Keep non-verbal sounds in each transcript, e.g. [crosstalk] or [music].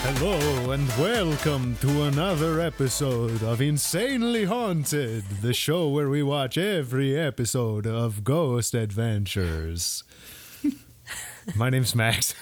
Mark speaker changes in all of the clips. Speaker 1: Hello and welcome to another episode of Insanely Haunted, the show where we watch every episode of Ghost
Speaker 2: [laughs]
Speaker 1: Adventures. My name's Max.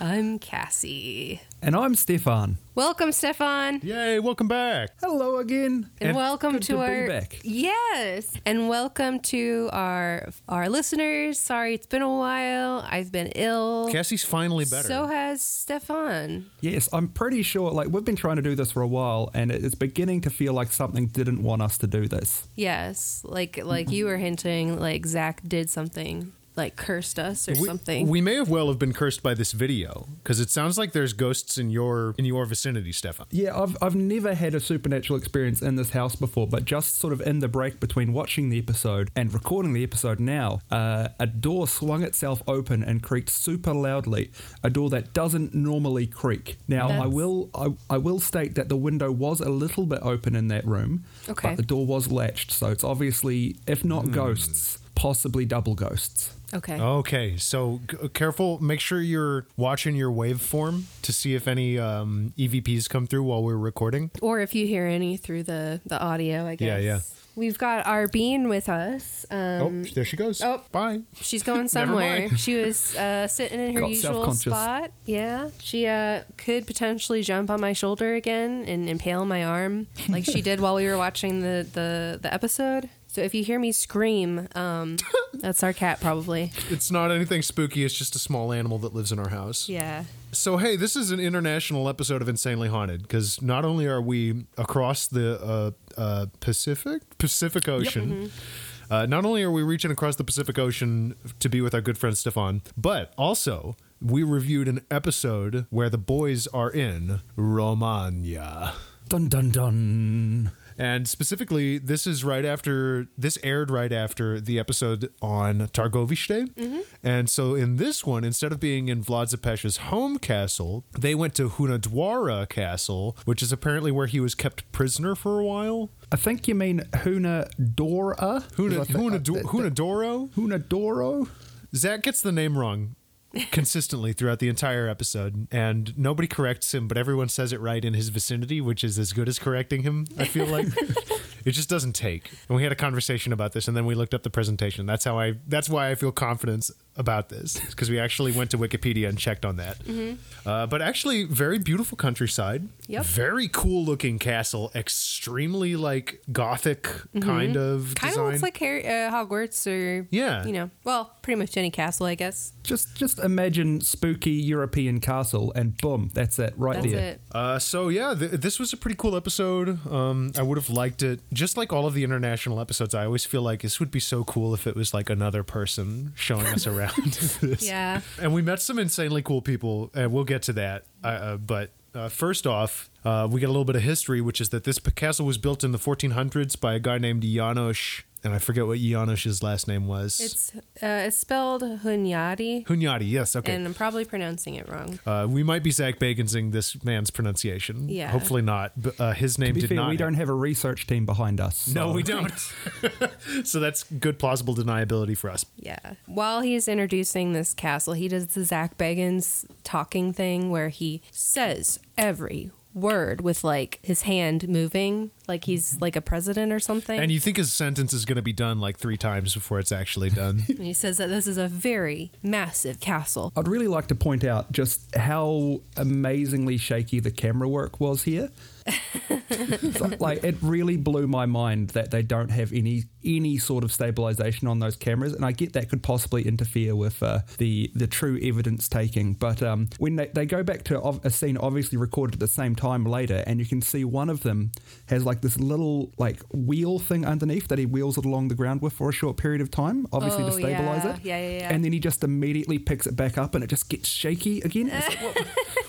Speaker 2: I'm Cassie.
Speaker 3: And I'm Stefan.
Speaker 2: Welcome, Stefan.
Speaker 1: Yay, welcome back.
Speaker 3: Hello again.
Speaker 2: And, welcome
Speaker 3: good
Speaker 2: to, our
Speaker 3: be back.
Speaker 2: Yes. And welcome to our our listeners. Sorry it's been a while. I've been ill.
Speaker 1: Cassie's finally better.
Speaker 2: So has Stefan.
Speaker 3: Yes, I'm pretty sure like we've been trying to do this for a while and it- it's beginning to feel like something didn't want us to do this.
Speaker 2: Yes. Like like you were hinting, like Zach did something, like cursed us or
Speaker 1: we,
Speaker 2: something.
Speaker 1: we may have well have been cursed by this video because it sounds like there's ghosts in your in your vicinity, Stefan.
Speaker 3: Yeah, I've I've never had a supernatural experience in this house before, but just sort of in the break between watching the episode and recording the episode now, uh, a door swung itself open and creaked super loudly. A door that doesn't normally creak. Now I
Speaker 2: That's-
Speaker 3: will I, I will state that the window was a little bit open in that room,
Speaker 2: Okay.
Speaker 3: but the door was latched, so it's obviously if not ghosts, possibly double ghosts.
Speaker 2: okay.
Speaker 1: Okay, so g- careful. Make sure you're watching your waveform to see if any um, EVPs come through while we're recording.
Speaker 2: Or if you hear any through the the audio, I
Speaker 1: Yeah,
Speaker 2: guess.
Speaker 1: yeah.
Speaker 2: We've got our bean with us. Um,
Speaker 1: oh, there she goes.
Speaker 2: oh.
Speaker 1: Bye. [laughs]
Speaker 2: She's going somewhere.
Speaker 1: mind.
Speaker 2: she was uh, sitting in her
Speaker 3: Got
Speaker 2: usual
Speaker 3: self-conscious.
Speaker 2: spot. Yeah. She uh, could potentially jump on my shoulder again and impale my arm like she did while we were watching the, the, the episode. So if you hear me scream,
Speaker 1: [laughs]
Speaker 2: um, that's our cat probably.
Speaker 1: It's not anything spooky. It's just a small animal that lives in our house.
Speaker 2: Yeah.
Speaker 1: So hey, this is an international episode of Insanely Haunted because not only are we across the uh, uh, Pacific Pacific Ocean. Uh, not only are we reaching across the Pacific Ocean to be with our good friend Stefan, but also we reviewed an episode where the boys are in Romagna.
Speaker 3: Dun dun dun.
Speaker 1: And specifically, this is right after this aired right after the episode on Targovish Day. And so in this one, instead of being in Vlad Zepesh's home castle, they went to Hunadwara Castle, which is apparently where he was kept prisoner for a while.
Speaker 3: I think you mean Huna Dora.
Speaker 1: Huna,
Speaker 3: uh,
Speaker 1: Hunadu- Hunadoro?
Speaker 3: Hunadoro?
Speaker 1: Zach gets the name wrong consistently throughout the entire episode, and nobody corrects him, but everyone says it right in his vicinity, which is as good as correcting him, I feel
Speaker 2: [laughs]
Speaker 1: like. it just doesn't take. And we had a conversation about this, and then we looked up the presentation. That's how I that's why I feel confidence about this, because we actually went to Wikipedia and checked on that. Uh, but actually, very beautiful countryside.
Speaker 2: Mm-hmm. Yep.
Speaker 1: Very cool looking castle, extremely like gothic kind of
Speaker 2: Kind of
Speaker 1: design.
Speaker 2: Mm-hmm. looks like Harry, uh, Hogwarts or,
Speaker 1: Yeah.
Speaker 2: you know, well, pretty much any castle, I guess.
Speaker 3: Just just imagine spooky European castle and boom, that's it right
Speaker 2: That's
Speaker 3: there.
Speaker 2: it.
Speaker 1: Uh, so yeah, th- this was a pretty cool episode. Um, I would have liked it, just like all of the international episodes. I always feel like this would be so cool if it was like another person showing us
Speaker 3: [laughs]
Speaker 1: around. this.
Speaker 2: Yeah.
Speaker 1: and we met some insanely cool people, and we'll get to that. Uh, uh, but uh, first off, uh, we get a little bit of history, which is that this p- castle was built in the 1400s by a guy named Janos, and I forget what Janos's last name was.
Speaker 2: It's, uh, it's spelled Hunyadi,
Speaker 1: Hunyadi. Yes. Okay.
Speaker 2: and I'm probably pronouncing it wrong.
Speaker 1: uh, we might be Zach Bagensing this man's pronunciation.
Speaker 2: Yeah.
Speaker 1: Hopefully not. But, uh, his name
Speaker 3: To be
Speaker 1: did
Speaker 3: fair,
Speaker 1: not.
Speaker 3: we don't have a research team behind us.
Speaker 1: No,
Speaker 3: so-
Speaker 1: we don't. [laughs] so that's good plausible deniability for us.
Speaker 2: Yeah. While he's introducing this castle, he does the Zach Bagans talking thing where he says every word with like his hand moving, like he's like a president or something.
Speaker 1: And you think his sentence is going to be done like three times before it's actually
Speaker 2: [laughs]
Speaker 1: done.
Speaker 2: And he says that this is a very massive castle.
Speaker 3: I'd really like to point out just how amazingly shaky the camera work was here. So, like it really blew my mind that they don't have any any sort of stabilization on those cameras, and I get that could possibly interfere with uh, the the true evidence taking. But um, when they, they go back to ov- a scene obviously recorded at the same time later, and you can see one of them has like this little like wheel thing underneath that he wheels it along the ground with for a short period of time, obviously to
Speaker 2: Oh,
Speaker 3: stabilize
Speaker 2: yeah.
Speaker 3: it.
Speaker 2: Yeah, yeah, yeah.
Speaker 3: And then he just immediately picks it back up, and it just gets shaky again. It's like,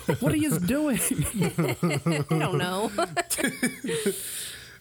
Speaker 3: what, [laughs] what are you
Speaker 2: [laughs]
Speaker 3: doing?
Speaker 2: I
Speaker 1: [laughs]
Speaker 2: don't know. [laughs]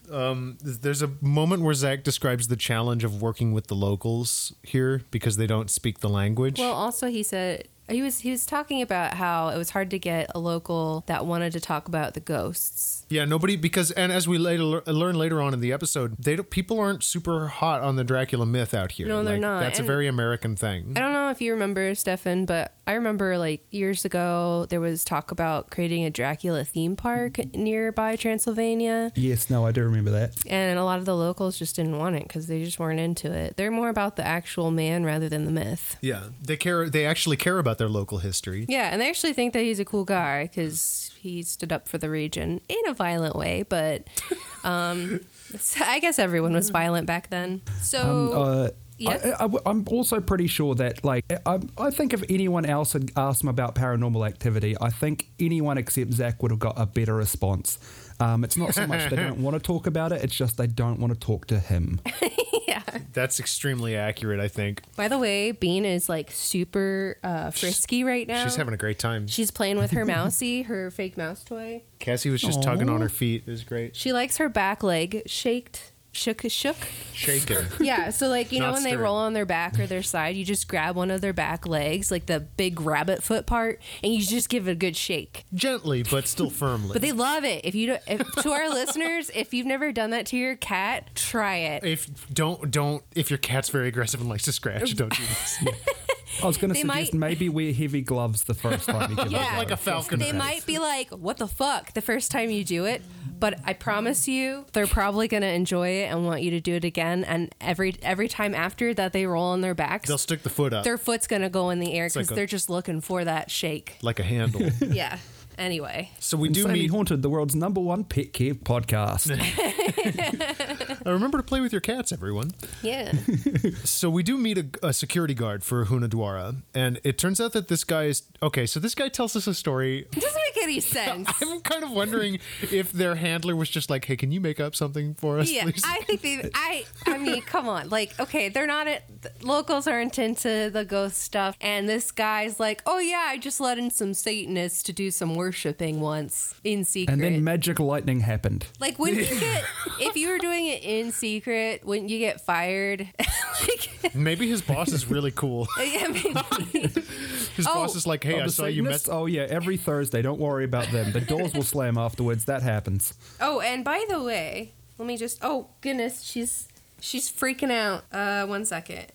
Speaker 1: There's a moment where Zach describes the challenge of working with the locals here because they don't speak the language.
Speaker 2: Well, also he said he was he was talking about how it was hard to get a local that wanted to talk about the ghosts.
Speaker 1: yeah, nobody because and as we later lear- learn later on in the episode, they don't, people aren't super hot on the Dracula myth out here.
Speaker 2: No, they're not.
Speaker 1: That's
Speaker 2: And-
Speaker 1: a very American thing.
Speaker 2: I don't know if you remember Stefan, but I remember like years ago there was talk about creating a Dracula theme park nearby Transylvania,
Speaker 3: yes, no, I do remember that.
Speaker 2: and a lot of the locals just didn't want it because they just weren't into it. They're more about the actual man rather than the myth.
Speaker 1: Yeah, they care. They actually care about their local history.
Speaker 2: Yeah, and they actually think that he's a cool guy because he stood up for the region in a violent way,
Speaker 1: [laughs]
Speaker 2: but um, so I guess everyone was violent back then. So,
Speaker 3: Uh,
Speaker 2: yeah.
Speaker 3: I, am also pretty sure that, like, I, I think if anyone else had asked him about paranormal activity, I think anyone except Zach would have got a better response. Um, it's not so much
Speaker 2: [laughs]
Speaker 3: they don't want to talk about it; it's just they don't want to talk to him.
Speaker 1: That's extremely accurate. I think
Speaker 2: by the way, Bean is like super uh, frisky right now.
Speaker 1: she's having a great time.
Speaker 2: She's playing with her mousey, her fake mouse toy.
Speaker 1: Cassie was just tugging on her feet. It was great.
Speaker 2: She likes her back leg shaked, shook, shook.
Speaker 1: Shaking.
Speaker 2: Yeah, so like you know
Speaker 1: Not
Speaker 2: when they
Speaker 1: stirring.
Speaker 2: roll on their back or their side, you just grab one of their back legs, like the big rabbit foot part, and you just give it a good shake.
Speaker 1: [laughs] Gently, but still firmly.
Speaker 2: But they love it. If you don't, if, to our listeners, if you've never done that to your cat, try it.
Speaker 1: if don't don't if your cat's very aggressive and likes to
Speaker 2: [laughs]
Speaker 1: scratch, don't do this.
Speaker 3: I was going to
Speaker 2: They
Speaker 3: suggest
Speaker 2: might-
Speaker 3: maybe wear heavy gloves the first
Speaker 2: [laughs]
Speaker 3: time you give
Speaker 2: Yeah.
Speaker 3: it
Speaker 1: Like a falcon.
Speaker 2: They might be like, "What the fuck?" the first time you do it, but I promise you, they're probably gonna enjoy it and want you to do it again. And every every time after that, they roll on their backs,
Speaker 1: They'll stick the foot up
Speaker 2: their foot's gonna go in the air because
Speaker 1: Uh, like a-
Speaker 2: they're just looking for that shake.
Speaker 1: like a handle.
Speaker 2: [laughs] yeah. Anyway,
Speaker 1: So we do
Speaker 3: Do
Speaker 1: meet.
Speaker 3: Haunted, the world's number one pet
Speaker 1: [laughs]
Speaker 3: care podcast.
Speaker 1: I remember to play with your cats, everyone.
Speaker 2: yeah.
Speaker 1: So we do meet a, a security guard for Hunadwara, and it turns out that this guy is okay. So this guy tells us a story.
Speaker 2: doesn't make any sense.
Speaker 1: [laughs] I'm kind of
Speaker 2: [laughs]
Speaker 1: wondering if their handler was just like, "Hey, can you make up something for us,
Speaker 2: Yeah,
Speaker 1: please?"
Speaker 2: I think they. I. I mean, come on. Like, okay, they're not. At, locals aren't into the ghost stuff, and this guy's like, "Oh yeah, I just let in some Satanists to do some worshiping once in secret."
Speaker 3: and then magic lightning happened.
Speaker 2: [laughs] like,
Speaker 1: [laughs]
Speaker 2: wouldn't you get if you were doing it in secret? Wouldn't you get fired? [laughs] like,
Speaker 1: Maybe his boss is really
Speaker 2: [laughs]
Speaker 1: cool.
Speaker 2: I mean,
Speaker 1: His
Speaker 2: Oh.
Speaker 1: boss is like, "Hey, I
Speaker 3: Oh, the
Speaker 1: saw you
Speaker 3: Satanists?
Speaker 1: mess."
Speaker 3: Oh yeah, every Thursday. Don't worry about them. The doors will slam afterwards. That happens.
Speaker 2: oh, and by the way, let me just. Oh goodness, she's she's freaking out. Uh, one second.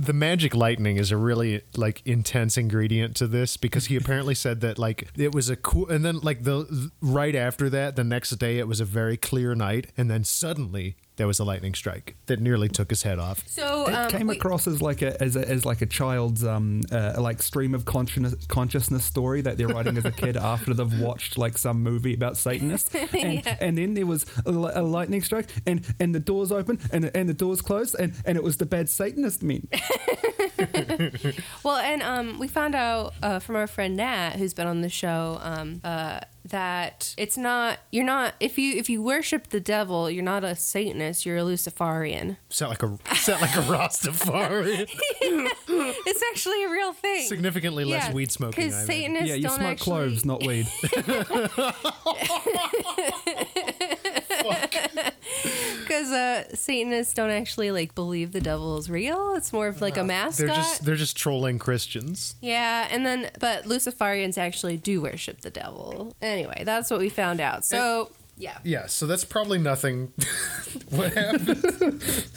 Speaker 1: The magic lightning is a really like intense ingredient to this because he apparently said that like it was a cool, and then like the right after that, the next day it was a very clear night, and then suddenly there was a lightning strike that nearly took his head off.
Speaker 2: So
Speaker 3: It
Speaker 2: um,
Speaker 3: came
Speaker 2: we-
Speaker 3: across as like a as, a as like a child's um uh, like stream of consciousness consciousness story that they're writing as
Speaker 2: [laughs]
Speaker 3: a kid after they've watched like some movie about Satanists. And, and then there was a, li- a lightning strike, and and the doors open, and and the doors closed, and and it was the bad
Speaker 2: [laughs]
Speaker 3: Satanist men.
Speaker 2: Well, and um, we found out uh, from our friend Nat, who's been on the show, um, uh, that it's not you're not if you if you worship the devil, you're not a Satanist, you're a Luciferian.
Speaker 1: Sound like a sound like a Rastafari.
Speaker 2: It's actually a real thing.
Speaker 1: Significantly less weed smoking, I
Speaker 2: because
Speaker 1: imagine.
Speaker 2: Satanists
Speaker 3: yeah, you
Speaker 2: don't
Speaker 3: smoke
Speaker 2: actually.
Speaker 3: cloves,
Speaker 2: [laughs]
Speaker 3: not weed.
Speaker 2: [laughs] Because uh, Satanists don't actually like believe the devil is real. It's more of like a mascot.
Speaker 1: Uh, They're just they're just trolling Christians.
Speaker 2: yeah, and then but Luciferians actually do worship the devil. Anyway, that's what we found out. So yeah.
Speaker 1: Yeah, so that's probably nothing. [laughs] what happened? [laughs]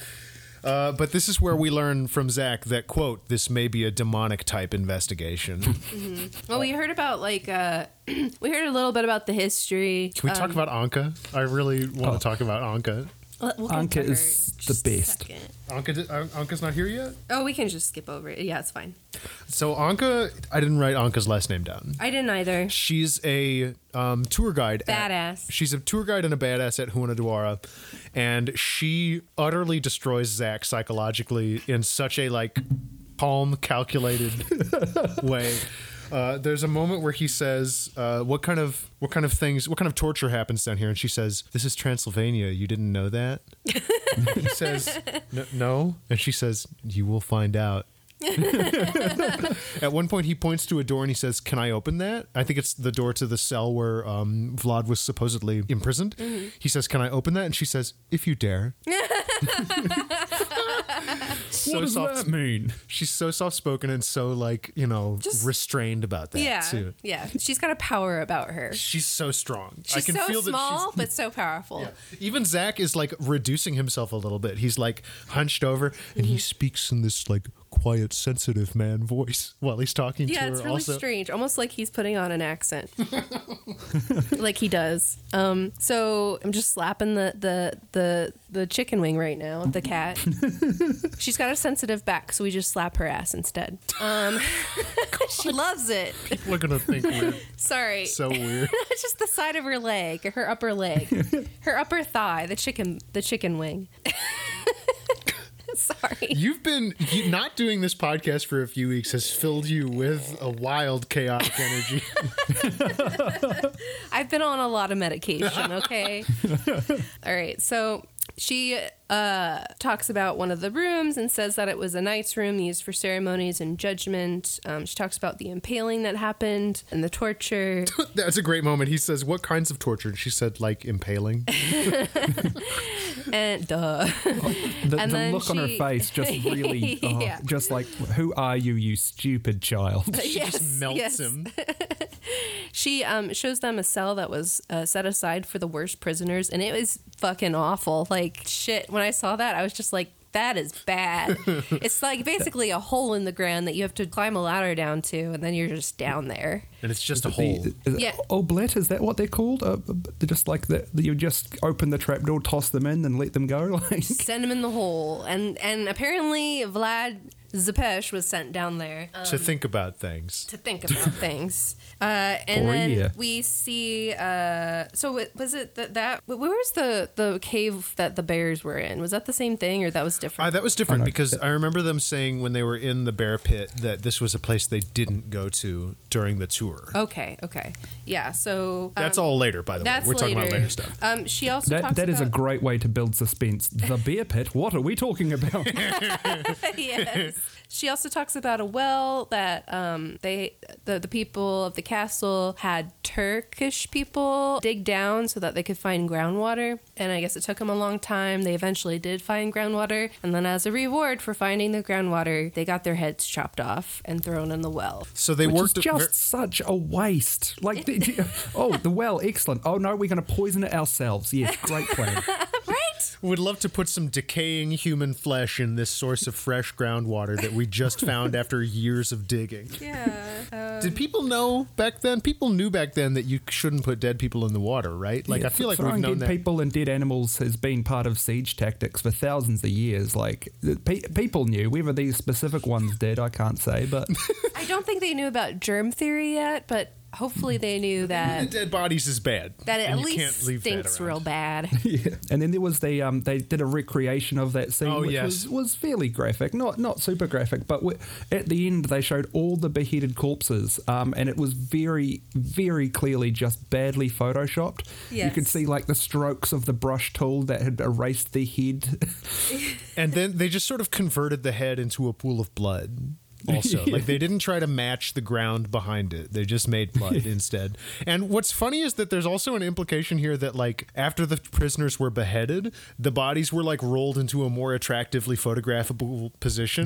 Speaker 1: Uh, but this is where we learn from Zach that quote this may be a demonic type investigation. [laughs] Can
Speaker 2: Well, we heard about like uh, [clears throat] we heard a little bit about the history.
Speaker 1: we talk about Anka? I really want to talk about Anka.
Speaker 2: Let- we'll
Speaker 3: Anka
Speaker 2: get to her
Speaker 3: is
Speaker 2: in
Speaker 3: the
Speaker 2: just a
Speaker 3: best.
Speaker 2: second.
Speaker 1: Anka, uh, Anka's not here yet.
Speaker 2: Oh, we can just skip over it. Yeah, it's fine.
Speaker 1: So Anka, I didn't write Anka's last name down.
Speaker 2: I didn't either.
Speaker 1: She's a um, tour guide. at-
Speaker 2: Badass.
Speaker 1: she's a tour guide and a badass at Huanadwara, and she utterly destroys Zach psychologically in such a like calm, calculated way. Uh, there's a moment where he says, uh, "What kind of what kind of things? What kind of torture happens down here?" And she says, "This is Transylvania. You didn't know that." he says, "N- "No," and she says, "You will find
Speaker 2: [laughs]
Speaker 1: out." At one point, he points to a door and he says, "Can I open that?" I think it's the door to the cell where um, Vlad was supposedly imprisoned.
Speaker 2: Mm-hmm.
Speaker 1: He says, "Can I open that?" And she says, "If you
Speaker 2: [laughs]
Speaker 1: dare." so
Speaker 3: what does
Speaker 1: soft.
Speaker 3: that mean?
Speaker 1: She's so soft spoken and so like you know
Speaker 2: Just-
Speaker 1: restrained about that
Speaker 2: Yeah,
Speaker 1: too.
Speaker 2: yeah. She's got a power about her.
Speaker 1: She's so strong. I
Speaker 2: She's
Speaker 1: can
Speaker 2: so
Speaker 1: feel
Speaker 2: small,
Speaker 1: that.
Speaker 2: but so powerful.
Speaker 1: She's, yeah. Even Zach is like reducing himself a little bit. He's like hunched over and
Speaker 2: Mm-hmm.
Speaker 1: he speaks in this like quiet, sensitive man voice while he's talking to
Speaker 2: Yeah,
Speaker 1: her.
Speaker 2: it's really
Speaker 1: also,
Speaker 2: strange. Almost like he's putting on an accent. [laughs] like he does. Um, so I'm just slapping the, the the the chicken wing right now,
Speaker 1: [laughs]
Speaker 2: the cat. She's got a sensitive back, so we just slap her ass instead. Um, [laughs] she loves it.
Speaker 1: we're gonna think
Speaker 2: [laughs]
Speaker 1: we're
Speaker 2: Sorry.
Speaker 1: so weird.
Speaker 2: It's just the side of her leg, her
Speaker 1: [laughs]
Speaker 2: upper leg, her upper thigh, the chicken, the chicken wing. [laughs] Sorry.
Speaker 1: You've been you, not doing this podcast for a few weeks has filled you with a wild chaotic
Speaker 2: [laughs]
Speaker 1: energy.
Speaker 2: I've been on a lot of
Speaker 1: [laughs]
Speaker 2: medication, okay? All right. So she uh, talks about one of the rooms and says that it was a knight's room used for ceremonies and judgment. Um, she talks about the impaling that happened and
Speaker 1: [laughs]
Speaker 2: the torture.
Speaker 1: That's a great moment. He says, "What kinds of torture?" And she said, "Like
Speaker 2: [laughs]
Speaker 1: impaling."
Speaker 2: and duh.
Speaker 3: The,
Speaker 2: And
Speaker 3: the
Speaker 2: then
Speaker 3: look on her
Speaker 2: she- [laughs]
Speaker 3: face just really, oh,
Speaker 2: Yeah.
Speaker 3: just like, who are you, you stupid child?
Speaker 1: She
Speaker 2: [laughs] Yes,
Speaker 1: just melts
Speaker 2: yes.
Speaker 1: him.
Speaker 2: She um, shows them a cell that was uh, set aside for the worst prisoners, and it was fucking awful. Like, shit, when I saw that, I was just like, that is
Speaker 3: [laughs]
Speaker 2: bad. it's like basically a hole in the ground that you have to climb a ladder down to, and then you're just down there.
Speaker 1: And it's just a hole.
Speaker 3: The, is it
Speaker 2: Yeah.
Speaker 3: Oblette, is that what they're called? Uh, they're just like that. You just open the trapdoor, toss them in, and let them go. [laughs] Like,
Speaker 2: Send them in the hole. And, and apparently, Vlad Zepesh was sent down there. uh,
Speaker 1: to think about things.
Speaker 2: to think
Speaker 3: [laughs]
Speaker 2: about things. Uh, and
Speaker 3: Or
Speaker 2: then
Speaker 3: yeah.
Speaker 2: we see. Uh, so it, was it that that where was the the cave that the bears were in? Was that the same thing or that was different?
Speaker 1: Uh, that was
Speaker 3: Oh,
Speaker 1: different because I remember them saying when they were in the bear pit that this was a place they didn't go to during the tour.
Speaker 2: okay, okay, yeah. So
Speaker 1: That's
Speaker 2: um,
Speaker 1: all later, by the way.
Speaker 2: That's
Speaker 1: We're talking
Speaker 2: later.
Speaker 1: about later stuff.
Speaker 2: Um, she also
Speaker 3: that,
Speaker 2: talks
Speaker 3: that is a
Speaker 2: about-
Speaker 3: great way to build suspense. The bear pit, what are we talking about?
Speaker 2: [laughs] yes. She also talks about a well that um, they the, the people of the castle had Turkish people dig down so that they could find groundwater. And I guess it took them a long time. They eventually did find groundwater, and then as a reward for finding the groundwater, they got their heads chopped off and thrown in the well.
Speaker 1: So [laughs] they
Speaker 3: Which is
Speaker 1: worked
Speaker 3: just such a waste. Like, did you- oh, the [laughs] well, excellent. Oh no, we're going to poison it ourselves. Yes,
Speaker 2: [laughs]
Speaker 3: great plan.
Speaker 2: Right?
Speaker 1: Would love to put some decaying human flesh in this source of fresh groundwater that we
Speaker 3: [laughs]
Speaker 1: just found after years of digging.
Speaker 2: Yeah.
Speaker 1: Did people know back then? People knew back then that you shouldn't put dead people in the water, right? Like
Speaker 3: Yeah,
Speaker 1: I feel like we've
Speaker 3: throwing
Speaker 1: known
Speaker 3: dead
Speaker 1: that.
Speaker 3: people and dead animals has been part of siege tactics for thousands of years. Like, the pe- people knew whether these specific ones did, I can't say, but
Speaker 2: I don't think they knew about germ theory yet, but hopefully they knew that.
Speaker 1: dead bodies is bad.
Speaker 2: That it
Speaker 1: and
Speaker 2: at
Speaker 1: you
Speaker 2: least
Speaker 1: can't leave that
Speaker 2: stinks
Speaker 1: around.
Speaker 2: real bad.
Speaker 1: [laughs]
Speaker 3: Yeah. And then there was the um, they did a recreation of that scene,
Speaker 1: Oh,
Speaker 3: which
Speaker 1: yes.
Speaker 3: was, was fairly graphic, not not super graphic, but w- at the end they showed all the beheaded corpses, um, and it was very very clearly just badly photoshopped. You could
Speaker 2: Yes.
Speaker 3: see like the strokes of the brush tool that had erased the head. [laughs]
Speaker 1: And then they just sort of converted the head into a pool of blood. Also, like they didn't try to match the ground behind it. They just made blood instead. And what's funny is that there's also an implication here that like after the prisoners were beheaded, the bodies were like rolled into a more attractively photographable position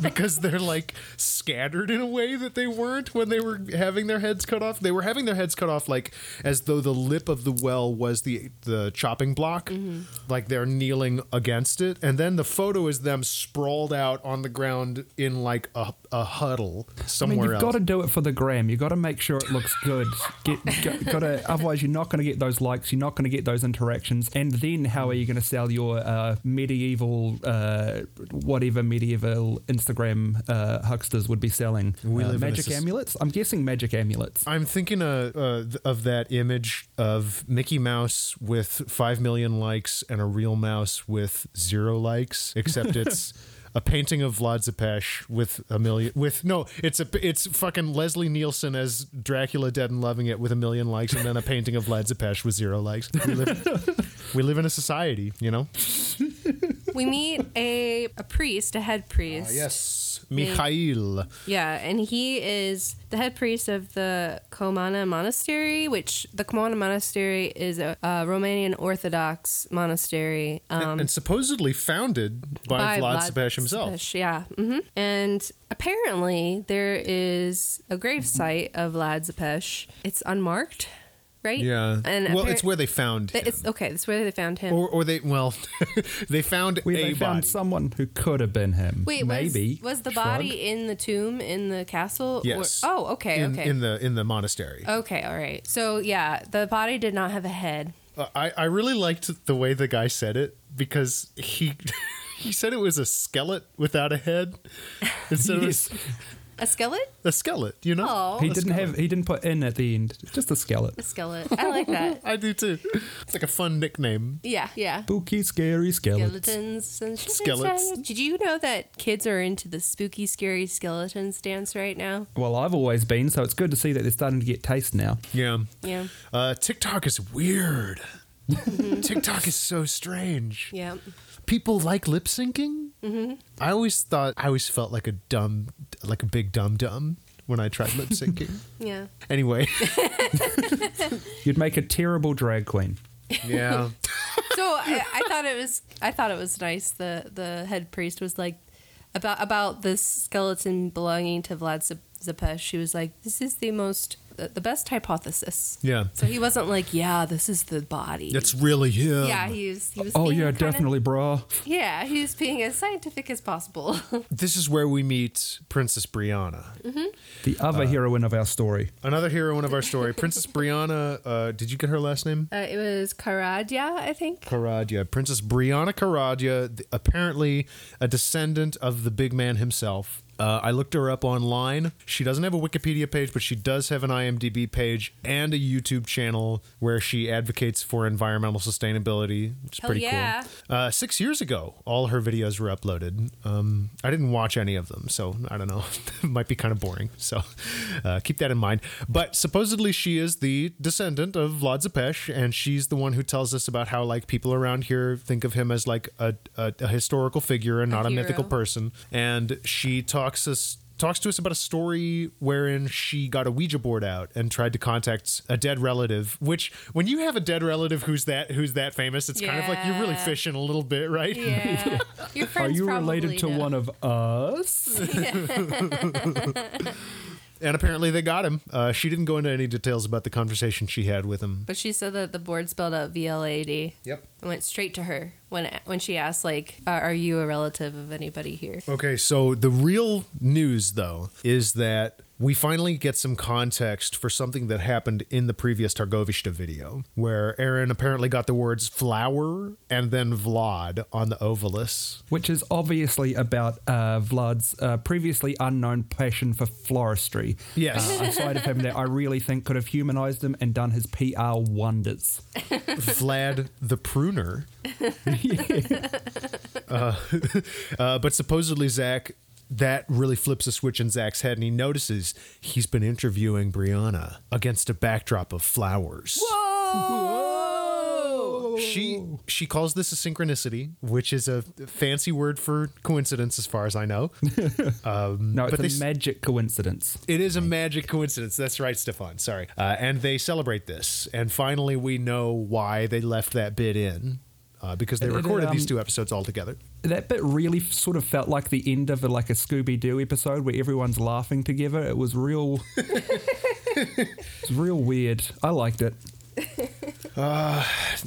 Speaker 1: [laughs] because they're like scattered in a way that they weren't when they were having their heads cut off. They were having their heads cut off like as though the lip of the well was the the chopping block,
Speaker 3: Mm-hmm.
Speaker 1: like they're kneeling against it, and then the photo is them sprawled out on the ground in like a, a huddle
Speaker 3: I mean,
Speaker 1: somewhere
Speaker 3: you've got
Speaker 1: else.
Speaker 3: to do it for the gram. You've got to make sure it looks good. Get, got to, otherwise, you're not going to get those likes. You're not going to get those interactions. And then, how are you going to sell your uh, medieval, uh, whatever medieval Instagram uh, hucksters would be selling?
Speaker 1: We
Speaker 3: Uh,
Speaker 1: live in a
Speaker 3: magic
Speaker 1: soc-
Speaker 3: amulets? I'm guessing magic amulets.
Speaker 1: I'm thinking uh, uh, th- of that image of Mickey Mouse with 5 million likes and a real mouse with zero likes, [laughs] except it's a painting of Vlad Zepesh with a million with no, it's a it's fucking Leslie Nielsen as Dracula dead and loving it with a million likes and then a painting of Vlad Zepesh with zero likes. We live, we live in a society, you know.
Speaker 2: We meet a, a priest, a head priest.
Speaker 1: yes, Mikhail.
Speaker 2: Yeah, and he is the head priest of the Komana Monastery, which the Komana Monastery is a, a Romanian Orthodox monastery um,
Speaker 1: and supposedly founded by, Vlad, Zepesh himself.
Speaker 2: Zepesh, yeah. hmm And apparently there is a grave site of Vlad Zepesh. It's unmarked, right?
Speaker 1: Yeah.
Speaker 2: And
Speaker 1: well,
Speaker 2: appar-
Speaker 1: it's where they found him.
Speaker 2: It's okay. That's where they found him.
Speaker 1: or, or they well, [laughs] they found
Speaker 3: We
Speaker 1: a
Speaker 3: they
Speaker 1: body.
Speaker 3: found someone who could have been him.
Speaker 2: Wait,
Speaker 3: maybe
Speaker 2: was, was the
Speaker 3: Shrug.
Speaker 2: body in the tomb in the castle?
Speaker 1: yes.
Speaker 2: Or, oh, okay,
Speaker 1: In,
Speaker 2: okay,
Speaker 1: in the in the monastery.
Speaker 2: okay, all right. So yeah, the body did not have a head.
Speaker 1: Uh, I I really liked the way the guy said it because he [laughs] he said it was a skelelet without a head instead of a
Speaker 3: [laughs]
Speaker 1: s-
Speaker 2: A skeleton?
Speaker 1: a skeleton. You know,
Speaker 2: Oh,
Speaker 3: He
Speaker 2: a
Speaker 3: didn't have. He didn't put in at the end. Just a skeleton.
Speaker 2: skeleton. I
Speaker 1: [laughs]
Speaker 2: like that.
Speaker 1: I do too. It's like a fun nickname.
Speaker 2: Yeah, yeah.
Speaker 3: Spooky, scary skeleton.
Speaker 2: Skeletons and
Speaker 1: Skeletons.
Speaker 2: Did you know that kids are into the spooky, scary skeletons dance right now?
Speaker 3: Well, I've always been, so it's good to see that they're starting to get taste now.
Speaker 1: Yeah.
Speaker 2: Yeah,
Speaker 1: Uh, TikTok is weird. TikTok is so strange.
Speaker 2: Mm-hmm. yeah.
Speaker 1: people like lip syncing. Mm-hmm. I always thought I always felt like a dumb, like a big dumb dumb when I tried lip syncing.
Speaker 2: Yeah. [laughs]
Speaker 1: anyway,
Speaker 3: You'd make a terrible drag queen.
Speaker 1: yeah,
Speaker 2: So I, I thought it was I thought it was nice. The the head priest was like about about this skeleton belonging to Vlad Zep- Zepesh. She was like, "This is the most the, the best hypothesis."
Speaker 1: yeah,
Speaker 2: So he wasn't like, "Yeah, this is the body."
Speaker 1: that's really him.
Speaker 2: yeah, he was. He was
Speaker 3: Oh
Speaker 2: being
Speaker 3: yeah,
Speaker 2: kinda-
Speaker 3: definitely, bra.
Speaker 2: Yeah, he was being as scientific as possible. [laughs] Uh,
Speaker 1: This is where we meet Princess Brianna,
Speaker 3: The
Speaker 1: Uh,
Speaker 3: other heroine of our story.
Speaker 1: another heroine of our story. Princess Brianna. Uh, did you get her last name?
Speaker 2: Uh, it was Karadia, I think.
Speaker 1: Karadia, Princess Brianna Karadia, th- apparently a descendant of the big man himself. Uh, I looked her up online. She doesn't have a Wikipedia page, but she does have an IMDb page and a YouTube channel where she advocates for environmental sustainability, which is
Speaker 2: Hell
Speaker 1: pretty
Speaker 2: yeah.
Speaker 1: cool. Uh, six years ago, all her videos were uploaded. Um, I didn't watch any of them, so I don't know. [laughs] it might be kind of boring. So uh, keep that in mind. But supposedly, she is the descendant of Vlad Zepesh, and she's the one who tells us about how like people around here think of him as like a, a, a historical figure and not a
Speaker 2: hero.
Speaker 1: mythical person. And she talks us. Talks to us about a story wherein she got a Ouija board out and tried to contact a dead relative. Which, when you have a dead relative who's that who's that famous, it's kind of like you're really
Speaker 2: Yeah.
Speaker 1: fishing a little bit, right?
Speaker 2: Yeah. Your
Speaker 3: Are
Speaker 2: friends
Speaker 3: you
Speaker 2: probably
Speaker 3: related to
Speaker 2: know.
Speaker 3: one of us?
Speaker 1: [laughs] And apparently they got him. Uh, she didn't go into any details about the conversation she had with him.
Speaker 2: But she said that the board spelled out VLAD.
Speaker 1: Yep.
Speaker 2: It went straight to her when when she asked, like, "Uh, are are you a relative of anybody here?
Speaker 1: Okay, so the real news, though, is that we finally get some context for something that happened in the previous Targovishta video, where Aaron apparently got the words flower and then Vlad on the ovalus.
Speaker 3: Which is obviously about uh, Vlad's uh, previously unknown passion for floristry.
Speaker 1: Yes.
Speaker 3: Uh, a side of him that I really think could have humanized him and done his PR wonders.
Speaker 1: Vlad the pruner. uh, [laughs] uh, but supposedly, Zach, that really flips a switch in Zach's head, and he notices he's been interviewing Brianna against a backdrop of flowers. She she calls this a synchronicity, which is a fancy word for coincidence, as far as I know.
Speaker 3: No, it's
Speaker 1: But
Speaker 3: a
Speaker 1: they s-
Speaker 3: magic coincidence.
Speaker 1: It is a magic coincidence. That's right, Stefan. Sorry. Uh, and they celebrate this. And finally, we know why they left that bit in uh, because they
Speaker 3: It- it,
Speaker 1: recorded these
Speaker 3: um,
Speaker 1: two episodes all together.
Speaker 3: That bit really f- sort of felt like the end of a, like a Scooby Doo episode where everyone's laughing together. [laughs] It was real. it's real weird. I liked it.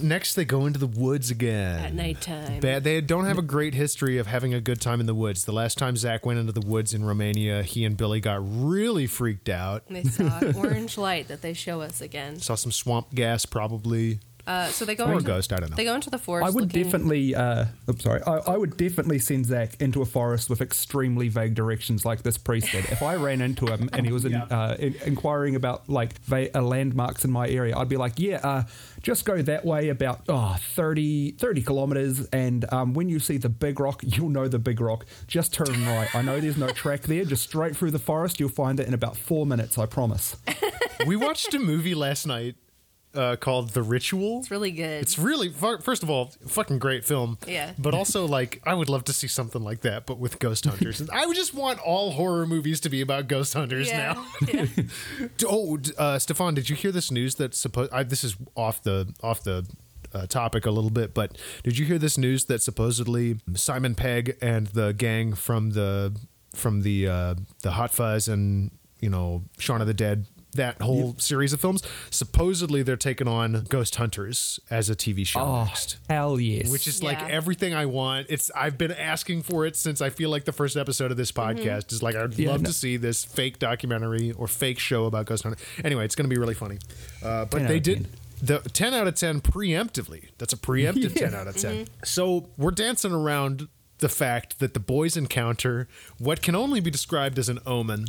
Speaker 1: Next, they go into the woods again.
Speaker 2: At nighttime.
Speaker 1: Bad. They don't have a great history of having a good time in the woods. The last time Zach went into the woods in Romania, he and Billy got really freaked out.
Speaker 2: They saw an orange light that they show us again.
Speaker 1: Saw some swamp gas, probably.
Speaker 2: Uh, so they go
Speaker 1: Or
Speaker 2: into,
Speaker 1: ghost, I don't know.
Speaker 2: They go into the forest.
Speaker 3: I would
Speaker 2: looking-
Speaker 3: definitely. Uh, I'm sorry. I, I would definitely send Zach into a forest with extremely vague directions, like this priest did. If I ran into him and he
Speaker 1: [laughs]
Speaker 3: was in, uh, in, inquiring about like va- uh, landmarks in my area, I'd be like, "Yeah, uh, just go that way about oh, 30, 30 kilometers, and um, when you see the big rock, you'll know the big rock. Just turn right. I know there's no track there. Just straight through the forest. You'll find it in about four minutes. I promise."
Speaker 1: we watched a movie last night uh, called The Ritual.
Speaker 2: It's really good.
Speaker 1: It's really fu- first of all, fucking great film.
Speaker 2: Yeah.
Speaker 1: But also, like, I would love to see something like that, but with
Speaker 2: [laughs]
Speaker 1: ghost hunters. And I would just want all horror movies to be about ghost hunters
Speaker 2: yeah. [laughs]
Speaker 1: now.
Speaker 2: yeah.
Speaker 1: D- Oh, d- uh, Stefan, did you hear this news that's supposed? This is off the off the uh, topic a little bit, but did you hear this news that supposedly Simon Pegg and the gang from the from the uh, the Hot Fuzz and you know Shaun of the Dead that whole series of films supposedly they're taking on Ghost Hunters as a TV show
Speaker 3: Oh,
Speaker 1: next.
Speaker 3: hell yes.
Speaker 1: Which is like
Speaker 2: Yeah.
Speaker 1: everything I want. It's I've been asking for it since I feel like the first episode of this
Speaker 2: Mm-hmm.
Speaker 1: podcast is like I'd
Speaker 3: Yeah,
Speaker 1: love
Speaker 3: no-
Speaker 1: to see this fake documentary or fake show about Ghost Hunter. Anyway, it's going to be really funny. Uh, but
Speaker 3: 10
Speaker 1: they
Speaker 3: out of
Speaker 1: did the ten out of ten preemptively. That's a
Speaker 3: [laughs]
Speaker 1: preemptive ten out of 10
Speaker 2: Mm-hmm.
Speaker 1: So we're dancing around the fact that the boys encounter what can only be described as an omen.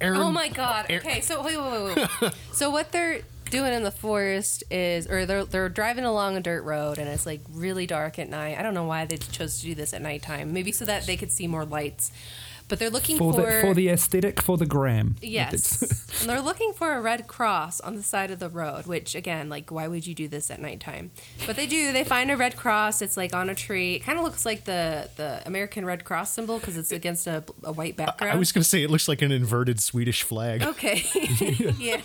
Speaker 1: Aaron,
Speaker 2: Oh my god.
Speaker 1: Aaron-
Speaker 2: Okay, so wait, wait, wait, wait. so what they're doing in the forest is, or they're they're driving along a dirt road, and it's like really dark at night. I don't know why they chose to do this at nighttime. Maybe so that they could see more lights. But they're looking
Speaker 3: for
Speaker 2: for,
Speaker 3: the for the aesthetic for the gram.
Speaker 1: [laughs]
Speaker 3: It's-
Speaker 2: yes, and they're looking for a red cross on the side of the road. Which again, like, why would you do this at nighttime? But they do. They find a red cross. It's like on a tree. It kind of looks like the the American Red Cross symbol because it's against a, a white background.
Speaker 1: I was going to say it looks like an inverted Swedish flag.
Speaker 2: [laughs]
Speaker 1: [laughs]
Speaker 2: Okay. yeah.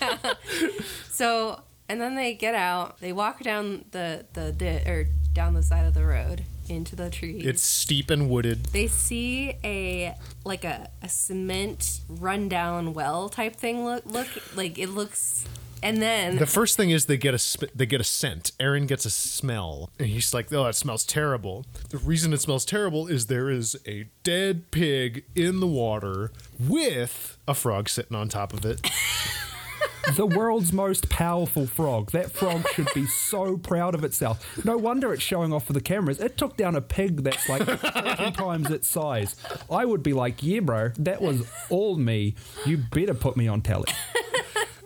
Speaker 2: So, and then they get out. They walk down the the di- or down the side of the road into the trees.
Speaker 1: It's steep and wooded.
Speaker 2: they see a like a, a cement rundown well type thing. Look, look like it looks. And then
Speaker 1: The first thing is they get a sp- they get a scent. Aaron gets a smell, and he's like, "Oh, that smells terrible." The reason it smells terrible is there is a dead pig in the water with a frog sitting on top of it. [laughs]
Speaker 3: the world's most powerful frog. That frog should be so proud of itself. No wonder it's showing off for the cameras. It took down a pig that's like 30 times its size. I would be like, yeah, bro, that was all me. You better put me on telly.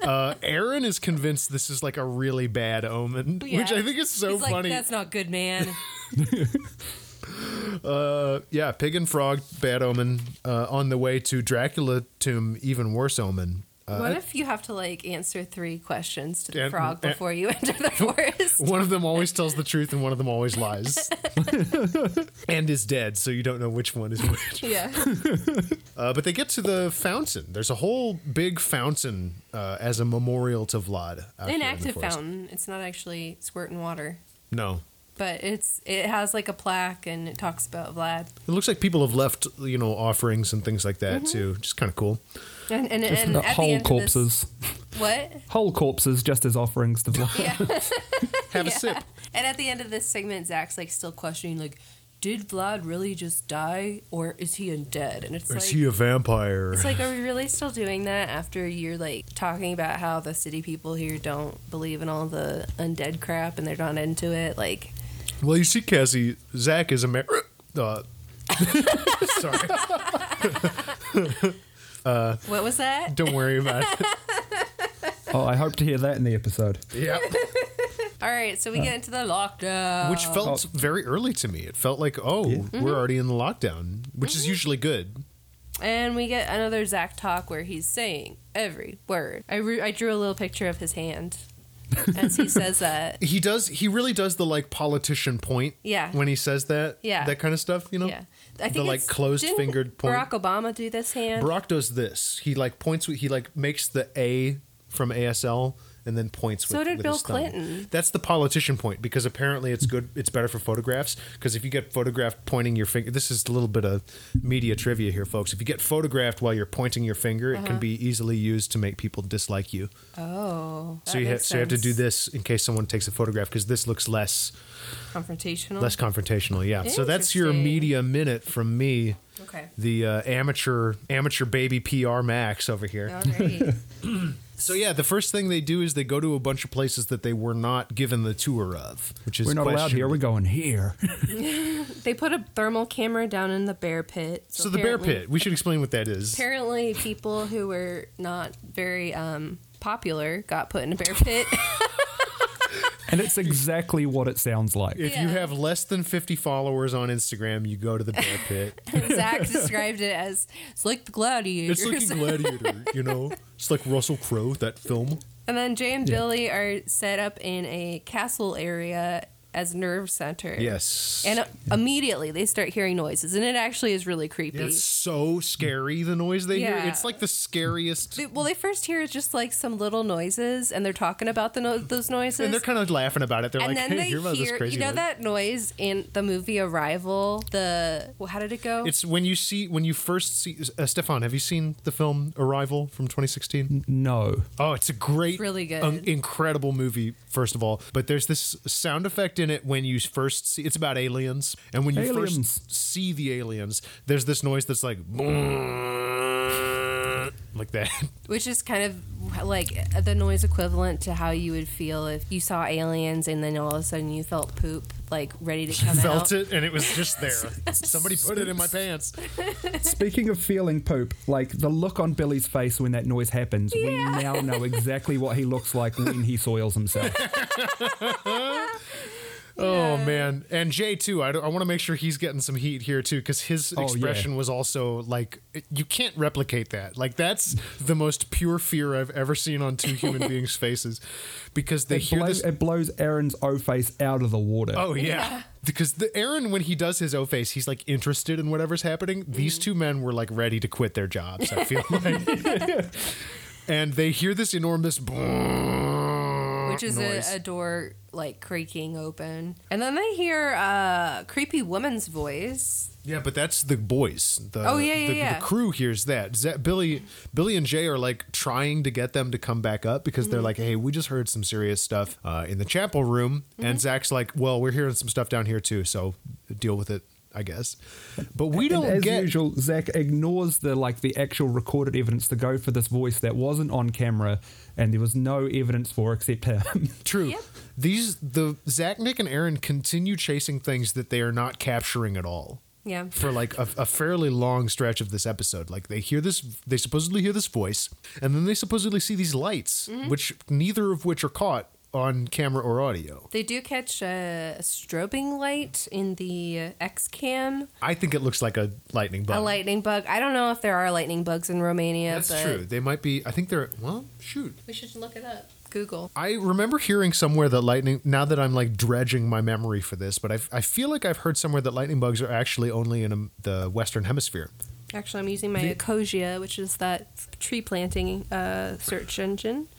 Speaker 1: Uh, Aaron is convinced this is like a really bad omen,
Speaker 2: oh, Yeah.
Speaker 1: which I think is so
Speaker 2: He's like,
Speaker 1: funny.
Speaker 2: That's not
Speaker 1: [laughs]
Speaker 2: good, man.
Speaker 1: uh, yeah, pig and frog, bad omen. Uh, on the way to Dracula tomb, even worse omen.
Speaker 2: what if you have to like answer three questions to the
Speaker 1: Uh, And-
Speaker 2: frog
Speaker 1: and-
Speaker 2: before you [laughs]
Speaker 1: [laughs]
Speaker 2: enter the forest?
Speaker 1: One of them always tells the truth, and one of them always
Speaker 2: [laughs]
Speaker 1: lies, [laughs] and is dead. So you don't know which one is which. [laughs]
Speaker 2: [laughs] yeah.
Speaker 1: Uh, but they get to the fountain. There's a whole big fountain uh, as a memorial to Vlad. out here in
Speaker 2: An
Speaker 1: the
Speaker 2: active
Speaker 1: forest.
Speaker 2: fountain. It's not actually squirting water.
Speaker 1: No.
Speaker 2: but it's it has like a plaque and it talks about Vlad
Speaker 1: It looks like people have left, you know, offerings and things like
Speaker 2: Mm-hmm.
Speaker 1: that too. Just kind of cool.
Speaker 2: and and,
Speaker 3: Just
Speaker 2: and
Speaker 3: the
Speaker 2: at the
Speaker 3: whole
Speaker 2: end of
Speaker 3: corpses.
Speaker 2: this, what
Speaker 3: Whole corpses just as offerings to Vlad.
Speaker 2: [laughs] yeah
Speaker 1: Have a sip.
Speaker 2: and at the end of this segment Zach's like still questioning like did Vlad really just die or is he undead and it's like
Speaker 1: a vampire?
Speaker 2: it's like are we really still doing that after you're like talking about how the city people here don't believe in all the undead crap and they're not into it like
Speaker 1: well, you see, Cassie, Zach is Amer. Uh, [laughs] sorry.
Speaker 2: what was that
Speaker 1: Don't worry about
Speaker 2: [laughs]
Speaker 1: it.
Speaker 3: Oh, I hope to hear that in the episode.
Speaker 1: Yeah.
Speaker 2: all right so we get into the
Speaker 1: [laughs]
Speaker 2: lockdown
Speaker 1: Which felt very early to me. It felt like, oh,
Speaker 2: Mm-hmm.
Speaker 1: we're already in the lockdown, which is usually good.
Speaker 2: And we get another Zach talk where he's saying every word. I, re- I drew a little picture of his hand as he
Speaker 1: [laughs]
Speaker 2: says that.
Speaker 1: He does. He really does the like politician point.
Speaker 2: Yeah.
Speaker 1: When he says that.
Speaker 2: Yeah.
Speaker 1: That kind of stuff. You know.
Speaker 2: Yeah, I think
Speaker 1: the like
Speaker 2: it's-
Speaker 1: closed
Speaker 2: didn't
Speaker 1: fingered point.
Speaker 2: Barack Obama do this hand.
Speaker 1: Barack does this. He like points. with- He like makes the A from ASL and then points.
Speaker 2: So
Speaker 1: with,
Speaker 2: did
Speaker 1: with
Speaker 2: Bill
Speaker 1: his thumb.
Speaker 2: Clinton.
Speaker 1: That's the politician point because apparently it's good. It's better for photographs because if you get photographed pointing your finger, this is a little bit of media trivia here, folks. If you get photographed while you're pointing your finger, it
Speaker 2: Uh-huh.
Speaker 1: can be easily used to make people dislike you.
Speaker 2: Oh,
Speaker 1: so you ha- so you have to do this in case someone takes a photograph because this looks less
Speaker 2: confrontational.
Speaker 1: less confrontational. Yeah. So that's your
Speaker 2: Mm-hmm. Interesting.
Speaker 1: media minute from me.
Speaker 2: Okay.
Speaker 1: [laughs] The uh, amateur amateur baby PR Max over here.
Speaker 2: All
Speaker 1: [laughs]
Speaker 2: right.
Speaker 1: So yeah, the first thing they do is they go to a bunch of places that they were not given the tour of, which is
Speaker 3: We're not allowed here.
Speaker 1: questionable.
Speaker 3: We're going here.
Speaker 2: they put a thermal camera down in the bear pit.
Speaker 1: So, the bear
Speaker 2: apparently-
Speaker 1: pit. We should explain what that is.
Speaker 2: Apparently, people who were not very um, popular got put in a bear pit. [laughs]
Speaker 3: and it's exactly what it sounds like.
Speaker 1: If you
Speaker 2: Yeah.
Speaker 1: have less than 50 followers on Instagram, you go to the bear
Speaker 2: [laughs]
Speaker 1: pit.
Speaker 2: Zach
Speaker 1: [laughs]
Speaker 2: described it as it's like the gladiator.
Speaker 1: it's like a gladiator, you know? It's like Russell Crowe, that film.
Speaker 2: And then Jay and Billy are set up in a castle area as nerve center.
Speaker 1: Yes.
Speaker 2: And uh, immediately they start hearing noises, and it actually is really creepy.
Speaker 1: it's so scary, the noise they hear.
Speaker 2: Yeah.
Speaker 1: It's like the scariest.
Speaker 2: They- Well, they first hear just like some little noises, and they're talking about the no- those noises.
Speaker 1: And they're kind of laughing about it. They're
Speaker 2: and
Speaker 1: like,
Speaker 2: then
Speaker 1: hey,
Speaker 2: they
Speaker 1: hear about this
Speaker 2: hear,
Speaker 1: crazy
Speaker 2: you know,
Speaker 1: noise?"
Speaker 2: that noise in the movie Arrival. The well, how did it go?
Speaker 1: It's when you see, when you first see, uh, Stefan, have you seen the film Arrival from 2016?
Speaker 3: No.
Speaker 1: Oh, it's a great, um,
Speaker 2: really good.
Speaker 1: incredible movie. First of all, but there's this sound effect in it when you first see. It's about aliens, and when you
Speaker 3: Aliens.
Speaker 1: first see the aliens, there's this noise that's like [laughs] like that. [laughs]
Speaker 2: Which is kind of like the noise equivalent to how you would feel if you saw aliens and then all of a sudden you felt poop, like ready
Speaker 1: [laughs]
Speaker 2: to come
Speaker 1: Felt
Speaker 2: out.
Speaker 1: it, and it was just there. Somebody put it in my pants.
Speaker 3: Speaking of feeling poop, like the look on Billy's face when that noise happens, we now know exactly what he looks like when he soils himself.
Speaker 1: Oh man, and Jay too. I, don't- I want to make sure he's getting some heat here too, because his
Speaker 3: yeah.
Speaker 1: expression was also like it- you can't replicate that. Like that's the most pure fear I've ever seen on two
Speaker 2: [laughs]
Speaker 1: human beings' faces, because [laughs] they
Speaker 3: It
Speaker 1: hear
Speaker 3: blows,
Speaker 1: this.
Speaker 3: it blows Aaron's O face out of the water.
Speaker 1: Oh yeah. Because the Aaron, when he does his O face, he's like interested in whatever's happening.
Speaker 2: Mm.
Speaker 1: These two men were like ready to quit their jobs. I feel like, and they hear this enormous,
Speaker 2: Which is
Speaker 1: noise.
Speaker 2: a, a door like creaking open. And then they hear a creepy woman's voice.
Speaker 1: yeah. But that's the boys. The,
Speaker 2: Oh, yeah, yeah,
Speaker 1: the,
Speaker 2: yeah.
Speaker 1: the crew hears that. Ze- Billy, Billy, and Jay are like trying to get them to come back up because
Speaker 2: Mm-hmm.
Speaker 1: they're like, "Hey, we just heard some serious stuff uh, in the chapel room,"
Speaker 2: Mm-hmm.
Speaker 1: and Zach's like, "Well, we're hearing some stuff down here too, so deal with it." I guess, but we
Speaker 3: And
Speaker 1: don't
Speaker 3: as
Speaker 1: get
Speaker 3: usual, Zach ignores the like the actual recorded evidence to go for this voice that wasn't on camera, and there was no evidence for except him. [laughs]
Speaker 1: True.
Speaker 2: Yep.
Speaker 1: These the Zach, Nick, and Aaron continue chasing things that they are not capturing at all
Speaker 2: Yeah.
Speaker 1: for like a, a fairly long stretch of this episode. Like they hear this, they supposedly hear this voice, and then they supposedly see these lights,
Speaker 2: Mm-hmm.
Speaker 1: which neither of which are caught on camera or audio.
Speaker 2: They do catch a, a strobing light in the X cam,
Speaker 1: I think it looks like a lightning bug.
Speaker 2: a lightning bug. I don't know if there are lightning bugs in Romania.
Speaker 1: That's
Speaker 2: but
Speaker 1: true. They might be. I think they're. Well, shoot.
Speaker 2: We should look it up. Google.
Speaker 1: I remember hearing somewhere that lightning. Now that I'm like dredging my memory for this, but I, I feel like I've heard somewhere that lightning bugs are actually only in um the Western Hemisphere.
Speaker 2: Actually, I'm using my Ecosia, which is that tree planting uh, search engine.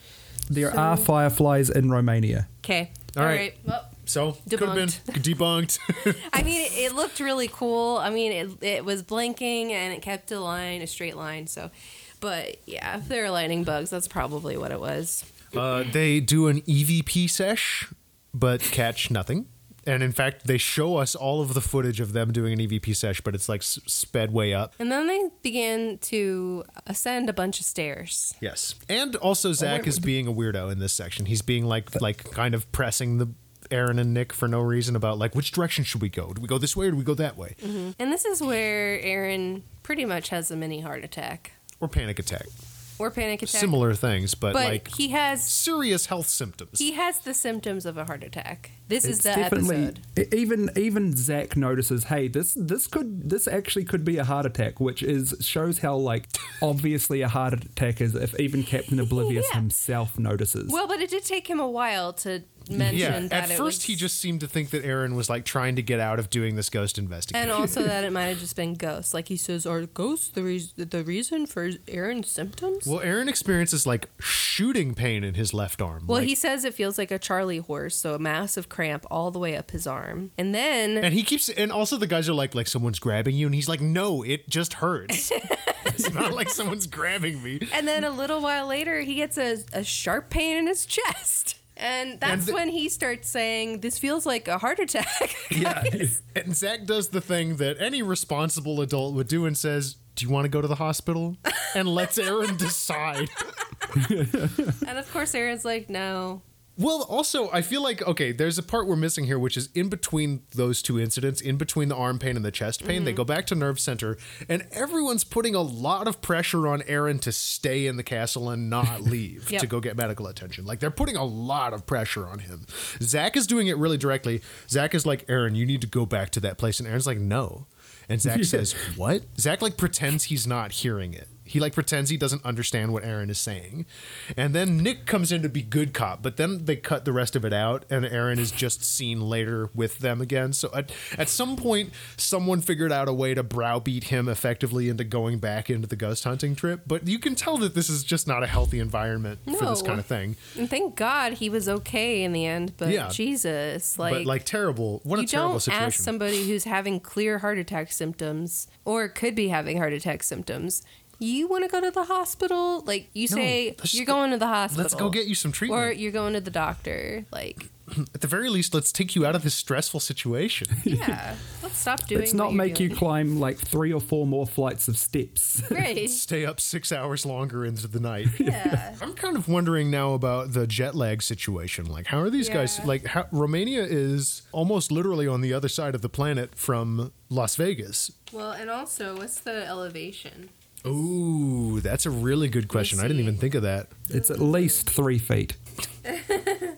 Speaker 3: There
Speaker 2: So-
Speaker 3: are fireflies in Romania.
Speaker 2: Okay.
Speaker 1: All right.
Speaker 2: Well,
Speaker 1: So could have been debunked.
Speaker 2: I mean, it, it looked really cool. I mean, it, it was blinking and it kept a line, a straight line. So, but yeah, if there are lightning bugs, that's probably what it was.
Speaker 1: uh, they do an EVP sesh, but catch nothing. And in fact, they show us all of the footage of them doing an EVP sesh, but it's like s- sped way up.
Speaker 2: And then they began to ascend a bunch of stairs.
Speaker 1: Yes. And
Speaker 2: Oh,
Speaker 1: also Zach is being a weirdo in this section. He's being like like kind of pressing the Aaron and Nick for no reason about like which direction should we go? Do we go this way or do we go that way?
Speaker 2: And this is where Aaron pretty much has a mini heart attack
Speaker 1: Or panic attack.
Speaker 2: or panic attack.
Speaker 1: Similar things, but,
Speaker 2: but
Speaker 1: like
Speaker 2: he has
Speaker 1: serious health symptoms.
Speaker 2: he has the symptoms of a heart attack. This is
Speaker 3: It's
Speaker 2: the
Speaker 3: definitely
Speaker 2: episode.
Speaker 3: e- even even Zach notices. Hey, this this could this actually could be a heart attack, which is shows how like
Speaker 2: [laughs]
Speaker 3: obviously a heart attack is if even Captain Oblivious
Speaker 2: Yeah.
Speaker 3: himself notices.
Speaker 2: Well, but it did take him a while to mentioned
Speaker 1: Yeah,
Speaker 2: that
Speaker 1: at
Speaker 2: it
Speaker 1: first
Speaker 2: was,
Speaker 1: he just seemed to think that Aaron was like trying to get out of doing this ghost investigation.
Speaker 2: [laughs] and also that it might have just been ghosts. Like he says, are ghosts the reas the reason for Aaron's symptoms?
Speaker 1: well, Aaron experiences like shooting pain in his left arm.
Speaker 2: Well,
Speaker 1: like-
Speaker 2: he says it feels like a Charlie horse, so a massive cramp all the way up his arm. And then
Speaker 1: and he keeps and also the guys are like like someone's grabbing you and he's like no it just
Speaker 2: [laughs]
Speaker 1: hurts. it's not like someone's grabbing me.
Speaker 2: and then a little while later he gets a, a sharp pain in his chest. And that's
Speaker 1: the-
Speaker 2: when he starts saying, This feels like a heart attack.
Speaker 1: [laughs]
Speaker 2: [laughs]
Speaker 1: Yeah.
Speaker 3: [laughs]
Speaker 1: and Zach does the thing that any responsible adult would do and says, "Do you want to go to the hospital?" and lets Aaron decide.
Speaker 2: and of course Aaron's like, No.
Speaker 1: Well, also, I feel like okay, there's a part we're missing here, which is in between those two incidents, in between the arm pain and the chest pain, they go back to nerve center, and everyone's putting a lot of pressure on Aaron to stay in the castle and not [laughs] leave
Speaker 2: Yep.
Speaker 1: to go get medical attention. Like they're putting a lot of pressure on him. Zach is doing it really directly. Zach is like, Aaron, you need to go back to that place, and Aaron's like, no. And Zach says, What? Zach like pretends he's not hearing it. He like pretends he doesn't understand what Aaron is saying. And then Nick comes in to be good cop, but then they cut the rest of it out and Aaron is just seen later with them again. So at, at some point someone figured out a way to browbeat him effectively into going back into the ghost hunting trip, but you can tell that this is just not a healthy environment for this
Speaker 2: No.
Speaker 1: kind of thing.
Speaker 2: And thank God he was okay in the end, but
Speaker 1: Yeah.
Speaker 2: Jesus, like,
Speaker 1: but like terrible. What
Speaker 2: you
Speaker 1: a terrible
Speaker 2: don't
Speaker 1: situation.
Speaker 2: ask somebody who's having clear heart attack symptoms or could be having heart attack symptoms. You want to go to the hospital? Like you
Speaker 1: No,
Speaker 2: say,
Speaker 1: let's
Speaker 2: you're
Speaker 1: go-
Speaker 2: going to the hospital.
Speaker 1: let's go get you some treatment.
Speaker 2: or you're going to the doctor.
Speaker 1: [laughs]
Speaker 2: Like,
Speaker 1: At the very least, let's take you out of this stressful situation. [laughs]
Speaker 2: yeah, let's stop doing.
Speaker 3: Let's not make you climb like three or four more flights of steps.
Speaker 2: great.
Speaker 1: stay up six hours longer into the [laughs] night.
Speaker 2: Yeah.
Speaker 1: I'm kind of wondering now about the jet lag situation. Like, how are these guys?
Speaker 2: Yeah.
Speaker 1: Like, how, Romania is almost literally on the other side of the planet from Las Vegas.
Speaker 2: [laughs] Well, and also, what's the elevation?
Speaker 1: Ooh, that's a really good question. I didn't
Speaker 2: see.
Speaker 1: even think of that.
Speaker 3: It's
Speaker 2: Mm.
Speaker 3: at least three feet.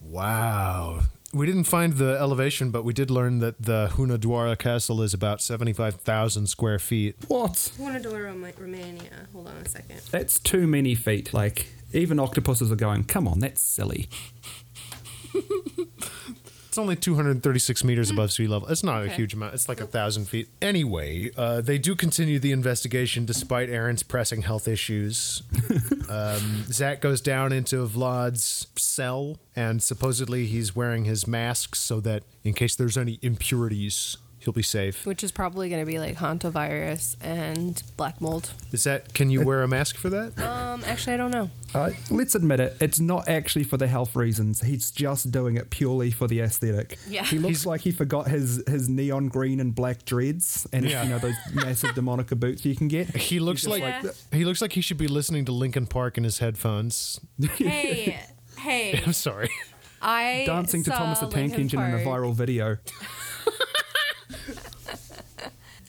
Speaker 1: Wow. We didn't find the elevation, but we did learn that the Hunaduara Castle is about 75,000 square feet.
Speaker 3: What?
Speaker 2: Huanadora, Romania. Hold on a second.
Speaker 3: That's too many feet. Like, even octopuses are going, come on, that's silly.
Speaker 1: It's only 236 meters above sea level. It's not a
Speaker 2: Okay.
Speaker 1: huge amount. It's like a thousand feet. Anyway, uh, they do continue the investigation despite Aaron's pressing health issues. um, Zach goes down into Vlad's cell, and supposedly he's wearing his mask so that in case there's any impurities, he'll be safe.
Speaker 2: Which is probably going to be like hantavirus and black mold.
Speaker 1: Is that? Can you wear a mask for that?
Speaker 2: Um, actually, I don't [laughs] know.
Speaker 3: Uh, let's admit it, it's not actually for the health reasons. He's just doing it purely for the aesthetic.
Speaker 2: Yeah.
Speaker 3: He looks like he forgot his, his neon green and black dreads and,
Speaker 1: Yeah.
Speaker 3: you know, those massive demonica boots you can get.
Speaker 1: He looks
Speaker 3: He's
Speaker 1: like,
Speaker 3: just
Speaker 2: like-
Speaker 1: he looks like he should be listening to Linkin Park in his headphones. [laughs]
Speaker 2: Hey, [laughs] hey,
Speaker 1: I'm sorry.
Speaker 2: I
Speaker 3: dancing to
Speaker 2: saw
Speaker 3: Thomas the Tank
Speaker 2: Linkin
Speaker 3: Engine in a
Speaker 2: Park.
Speaker 3: viral video.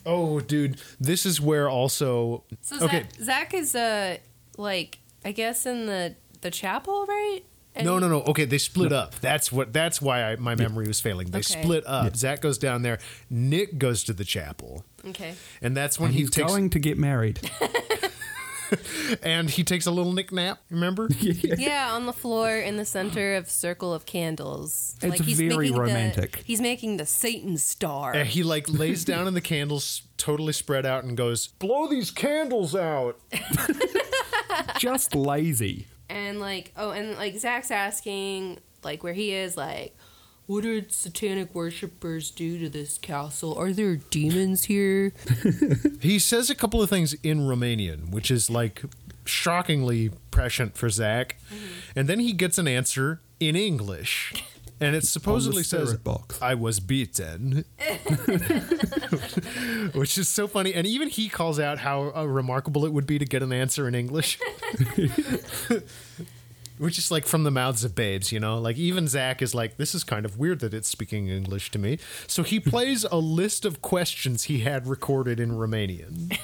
Speaker 1: Oh, dude, this is where also
Speaker 2: So
Speaker 1: okay.
Speaker 2: Zach, Zach is uh like I guess in the the chapel, right? And
Speaker 1: No,
Speaker 2: he-
Speaker 1: no, no. Okay, they split up. That's what. That's why I, my memory was failing. They
Speaker 2: Okay.
Speaker 1: split up. Zach goes down there. Nick goes to the chapel,
Speaker 2: Okay.
Speaker 1: and that's when he
Speaker 3: He's
Speaker 1: takes
Speaker 3: going to get married.
Speaker 1: and he takes a little nick nap. [laughs] Remember?
Speaker 2: Yeah, on the floor in the center of circle of candles.
Speaker 3: It's very
Speaker 2: making the-
Speaker 3: romantic.
Speaker 2: he's making the Satan
Speaker 3: [laughs]
Speaker 2: star.
Speaker 1: and he like lays down in the candles, totally spread out, and goes, "Blow these candles out."
Speaker 3: just lazy.
Speaker 2: and like oh and like zach's asking like where he is like what did satanic worshippers do to this castle are there demons here
Speaker 1: He says a couple of things in Romanian, which is like shockingly prescient for Zach, and then he gets an answer in English. And it supposedly says,
Speaker 3: spirit box.
Speaker 1: I was beaten. Which is so funny. And even he calls out how uh, remarkable it would be to get an answer in English. [laughs] Which is like from the mouths of babes, you know? Like even Zach is like, this is kind of weird that it's speaking English to me. So he plays a list of questions he had recorded in Romanian.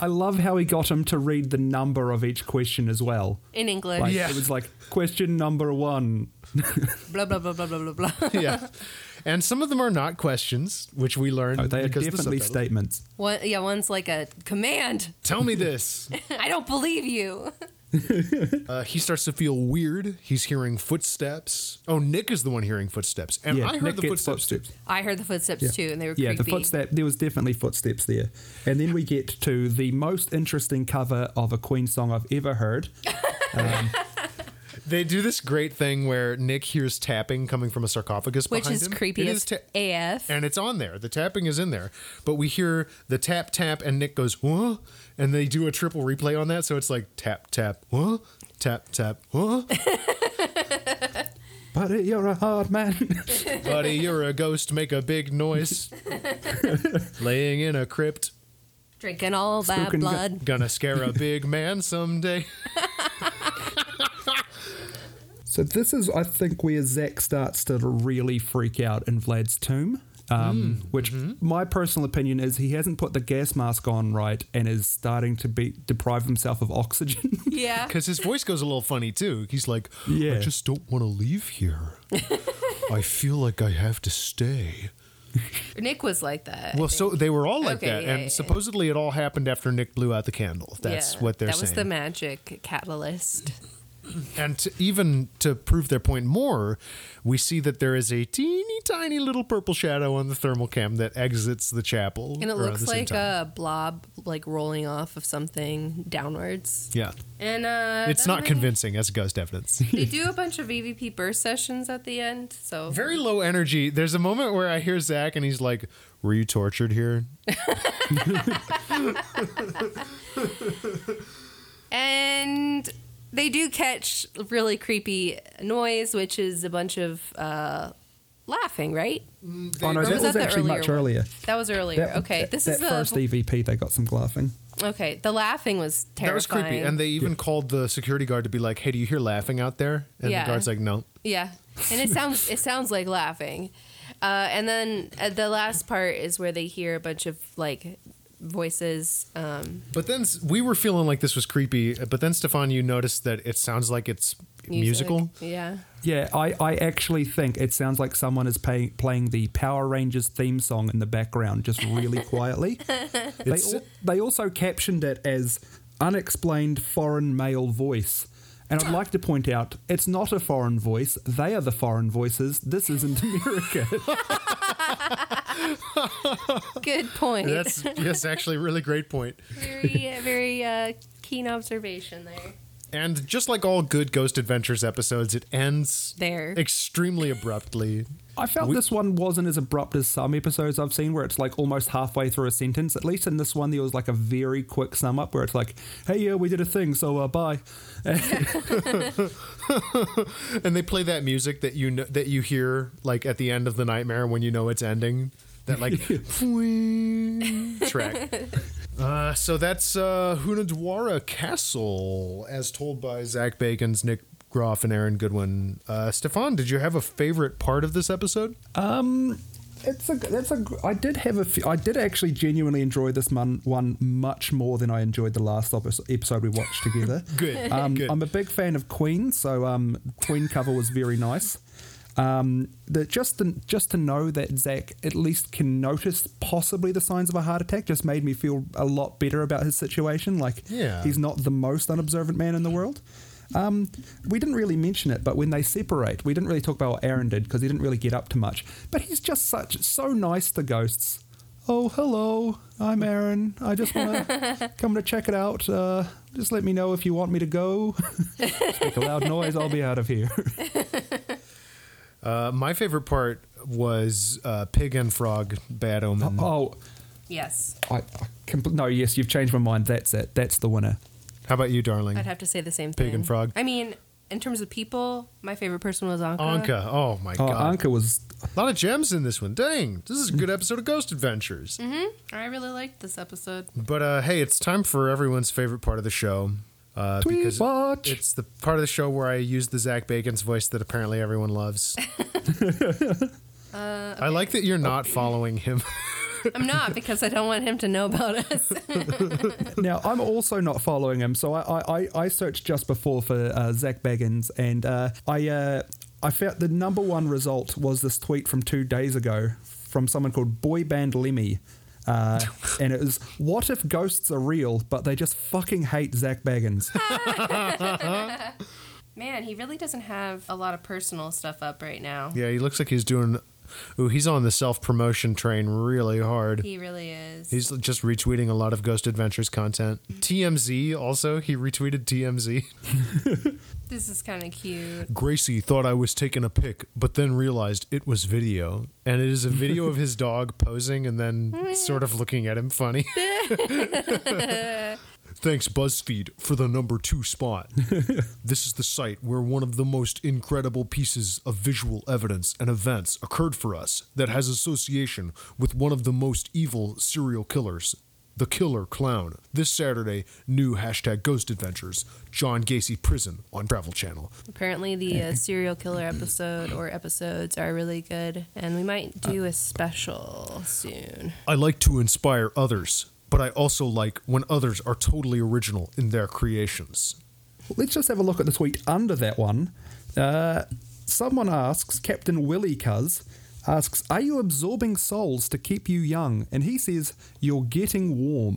Speaker 3: I love how he got him to read the number of each question as well.
Speaker 2: in english
Speaker 3: Like
Speaker 1: Yeah.
Speaker 3: it was like question number one.
Speaker 2: blah blah blah blah blah blah blah [laughs]
Speaker 1: [laughs] yeah. And some of them are not questions, which we learned
Speaker 3: No, Oh, they are
Speaker 1: Uh, because of the
Speaker 3: definitely
Speaker 1: subtitle.
Speaker 3: statements.
Speaker 2: one yeah one's like a command [laughs]
Speaker 1: Tell me this.
Speaker 2: i don't believe you [laughs]
Speaker 1: Uh, he starts to feel weird. He's hearing footsteps. Oh, Nick is the one hearing footsteps, and
Speaker 3: Yeah,
Speaker 1: I heard
Speaker 3: Nick
Speaker 1: the
Speaker 3: gets
Speaker 1: footsteps, too.
Speaker 2: I heard the footsteps too, and they were
Speaker 3: yeah,
Speaker 2: creepy.
Speaker 3: the footstep. There was definitely footsteps there, and then we get to the most interesting cover of a Queen song I've ever heard.
Speaker 2: [laughs]
Speaker 1: They do this great thing where Nick hears tapping coming from a sarcophagus,
Speaker 2: Which
Speaker 1: behind
Speaker 2: is
Speaker 1: him.
Speaker 2: creepy
Speaker 1: It
Speaker 2: as
Speaker 1: is er, ta-
Speaker 2: AF.
Speaker 1: and it's on there. The tapping is in there, but we hear the tap tap, and Nick goes huh, and they do a triple replay on that, so it's like tap tap huh, tap tap huh.
Speaker 3: Buddy, you're a hard man. [laughs]
Speaker 1: Buddy, you're a ghost. Make a big
Speaker 2: [laughs]
Speaker 1: noise. Laying in a crypt,
Speaker 2: Drinking all that
Speaker 3: Spoken-
Speaker 1: [laughs]
Speaker 2: blood.
Speaker 1: gonna scare a big man someday.
Speaker 3: so this is, I think, where Zach starts to really freak out in Vlad's tomb.
Speaker 2: Mm,
Speaker 3: Um, Which,
Speaker 2: mm-hmm.
Speaker 3: my personal opinion is, he hasn't put the gas mask on right and is starting to be deprive himself of oxygen. [laughs]
Speaker 2: Yeah.
Speaker 1: Because his voice goes a little funny too. He's like, I
Speaker 3: Yeah.
Speaker 1: just don't want to leave
Speaker 2: [laughs]
Speaker 1: here. I feel like I have to stay.
Speaker 2: Nick was like that.
Speaker 1: Well, so they were all like
Speaker 2: Okay,
Speaker 1: that,
Speaker 2: yeah,
Speaker 1: and
Speaker 2: yeah, yeah.
Speaker 1: supposedly it all happened after Nick blew out the candle. if That's
Speaker 2: Yeah,
Speaker 1: what they're
Speaker 2: That
Speaker 1: saying.
Speaker 2: was the magic catalyst.
Speaker 1: And to, even to prove their point more, we see that there is a teeny tiny little purple shadow on the thermal cam that exits the chapel.
Speaker 2: And it
Speaker 1: around
Speaker 2: looks
Speaker 1: the same
Speaker 2: like
Speaker 1: time.
Speaker 2: a blob like rolling off of something downwards.
Speaker 1: yeah.
Speaker 2: And uh
Speaker 1: It's
Speaker 2: then
Speaker 1: not
Speaker 2: they-
Speaker 1: convincing as ghost evidence.
Speaker 2: They do a bunch of EVP burst sessions at the end,
Speaker 1: [laughs]
Speaker 2: so
Speaker 1: Very low energy. There's a moment where I hear Zach and he's like, "Were you tortured here?"
Speaker 2: and they do catch really creepy noise, which is a bunch of uh laughing, right?
Speaker 3: oh no,
Speaker 2: Or
Speaker 3: that
Speaker 2: was
Speaker 3: was,
Speaker 2: that the
Speaker 3: actually
Speaker 2: earlier
Speaker 3: much
Speaker 2: one?
Speaker 3: earlier.
Speaker 2: That was earlier.
Speaker 3: That-
Speaker 2: okay,
Speaker 3: that-
Speaker 2: this
Speaker 3: that
Speaker 2: is the
Speaker 3: first EVP. They got some laughing.
Speaker 2: okay. The laughing was
Speaker 1: That was
Speaker 2: terrifying.
Speaker 1: creepy. And they even called the security guard to be like, "Hey, do you hear laughing out there?" And
Speaker 2: Yeah.
Speaker 1: the guard's like, "No."
Speaker 2: Yeah, and it sounds it sounds like laughing, uh, and then uh, the last part is where they hear a bunch of like voices. Um,
Speaker 1: But then s- we were feeling like this was creepy. But then Stefan, you noticed that it sounds like it's [laughs]
Speaker 2: music.
Speaker 1: musical.
Speaker 2: Yeah,
Speaker 3: Yeah, I, I actually think it sounds like someone is pay, playing the Power Rangers theme song in the background, just really quietly. they,
Speaker 1: It's-
Speaker 3: al- they also captioned it as unexplained foreign male voice. And I'd like to point out, it's not a foreign voice. They are the foreign voices. This isn't America.
Speaker 2: good
Speaker 1: [laughs]
Speaker 2: point.
Speaker 1: That's yes, actually, a really great point.
Speaker 2: very very uh, keen observation there.
Speaker 1: And just like all good Ghost Adventures episodes, it ends
Speaker 2: There.
Speaker 1: extremely abruptly.
Speaker 3: I felt
Speaker 1: We-
Speaker 3: this one wasn't as abrupt as some episodes I've seen where it's like almost halfway through a sentence. At least in this one, there was like a very quick sum up where it's like, hey, yeah, we did a thing, so uh, bye.
Speaker 1: And they play that music that you know, that you hear like at the end of the nightmare when you know it's ending. That
Speaker 3: [laughs]
Speaker 1: like [laughs] track. Uh, so that's uh, Hunadwara Castle, as told by Zach Bacon's Nick Groff and Aaron Goodwin. Uh, Stefan, did you have a favorite part of this episode?
Speaker 3: It's a that's a gr- I did have a few, I did actually genuinely enjoy this one one much more than I enjoyed the last opis- episode we watched together.
Speaker 1: [laughs] Good,
Speaker 3: Um,
Speaker 1: good.
Speaker 3: I'm a big fan of Queen, so um, Queen cover was very nice. Um, the, just to, just to know that Zach at least can notice possibly the signs of a heart attack just made me feel a lot better about his situation. Like
Speaker 1: Yeah.
Speaker 3: he's not the most unobservant man in the world. Um, we didn't really mention it, but when they separate, we didn't really talk about what Aaron did because he didn't really get up to much. But he's just such so nice to ghosts. Oh, hello, I'm Aaron. I just want to come to check it out. Uh, just let me know if you want me to go. [laughs] just make a loud noise, I'll be out of here.
Speaker 1: Uh, my favorite part was uh, Pig and Frog, Bad Omen.
Speaker 3: oh,
Speaker 2: Yes,
Speaker 3: I, I compl- no, yes, you've changed my mind. That's it. That's the winner.
Speaker 1: How about you, darling?
Speaker 2: I'd have to say the same thing.
Speaker 1: Hmm. Pig and frog.
Speaker 2: I mean, in terms of people, my favorite person was Anka.
Speaker 1: Anka. Oh my
Speaker 3: Oh,
Speaker 1: god.
Speaker 3: Anka was
Speaker 1: A lot of gems in this one. Dang. This is a good episode of Ghost Adventures.
Speaker 2: I really liked this episode.
Speaker 1: But uh, hey, it's time for everyone's favorite part of the show. Uh,
Speaker 3: Tweet
Speaker 1: because
Speaker 3: watch.
Speaker 1: It's the part of the show where I use the Zach Bacon's voice that apparently everyone loves. [laughs] I like that you're not following him. [laughs]
Speaker 2: I'm not because I don't want him to know about us.
Speaker 3: Now, I'm also not following him, so I I, I, I searched just before for uh, Zach Baggins, and uh, I uh, I found the number one result was this tweet from two days ago from someone called Boy Band Lemmy.
Speaker 1: [laughs]
Speaker 3: Uh, and it is what if ghosts are real, but they just fucking hate Zach Baggins?
Speaker 2: Man, he really doesn't have a lot of personal stuff up right now.
Speaker 1: Yeah, he looks like he's doing. Ooh, he's on the self promotion train really hard.
Speaker 2: He really is.
Speaker 1: He's just retweeting a lot of Ghost Adventures content. TMZ also, he retweeted [laughs] TMZ.
Speaker 2: this is kind of cute.
Speaker 1: Gracie thought I was taking a pic, but then realized it was video. And it is a video of his dog posing and then sort of looking at him funny. [laughs] Thanks, BuzzFeed, for the number two spot. this is the site where one of the most incredible pieces of visual evidence and events occurred for us that has association with one of the most evil serial killers, the Killer Clown. This Saturday, new hashtag Ghost Adventures, John Gacy Prison on Travel Channel.
Speaker 2: Apparently,
Speaker 1: [laughs]
Speaker 2: the uh, serial killer episode or episodes are really good, and we might do a special soon.
Speaker 1: I like to inspire others, but I also like when others are totally original in their creations.
Speaker 3: Let's just have a look at the tweet under that one. Uh, someone asks, Captain Willie Cuz asks, Are you absorbing souls to keep you young? And he says, You're getting warm.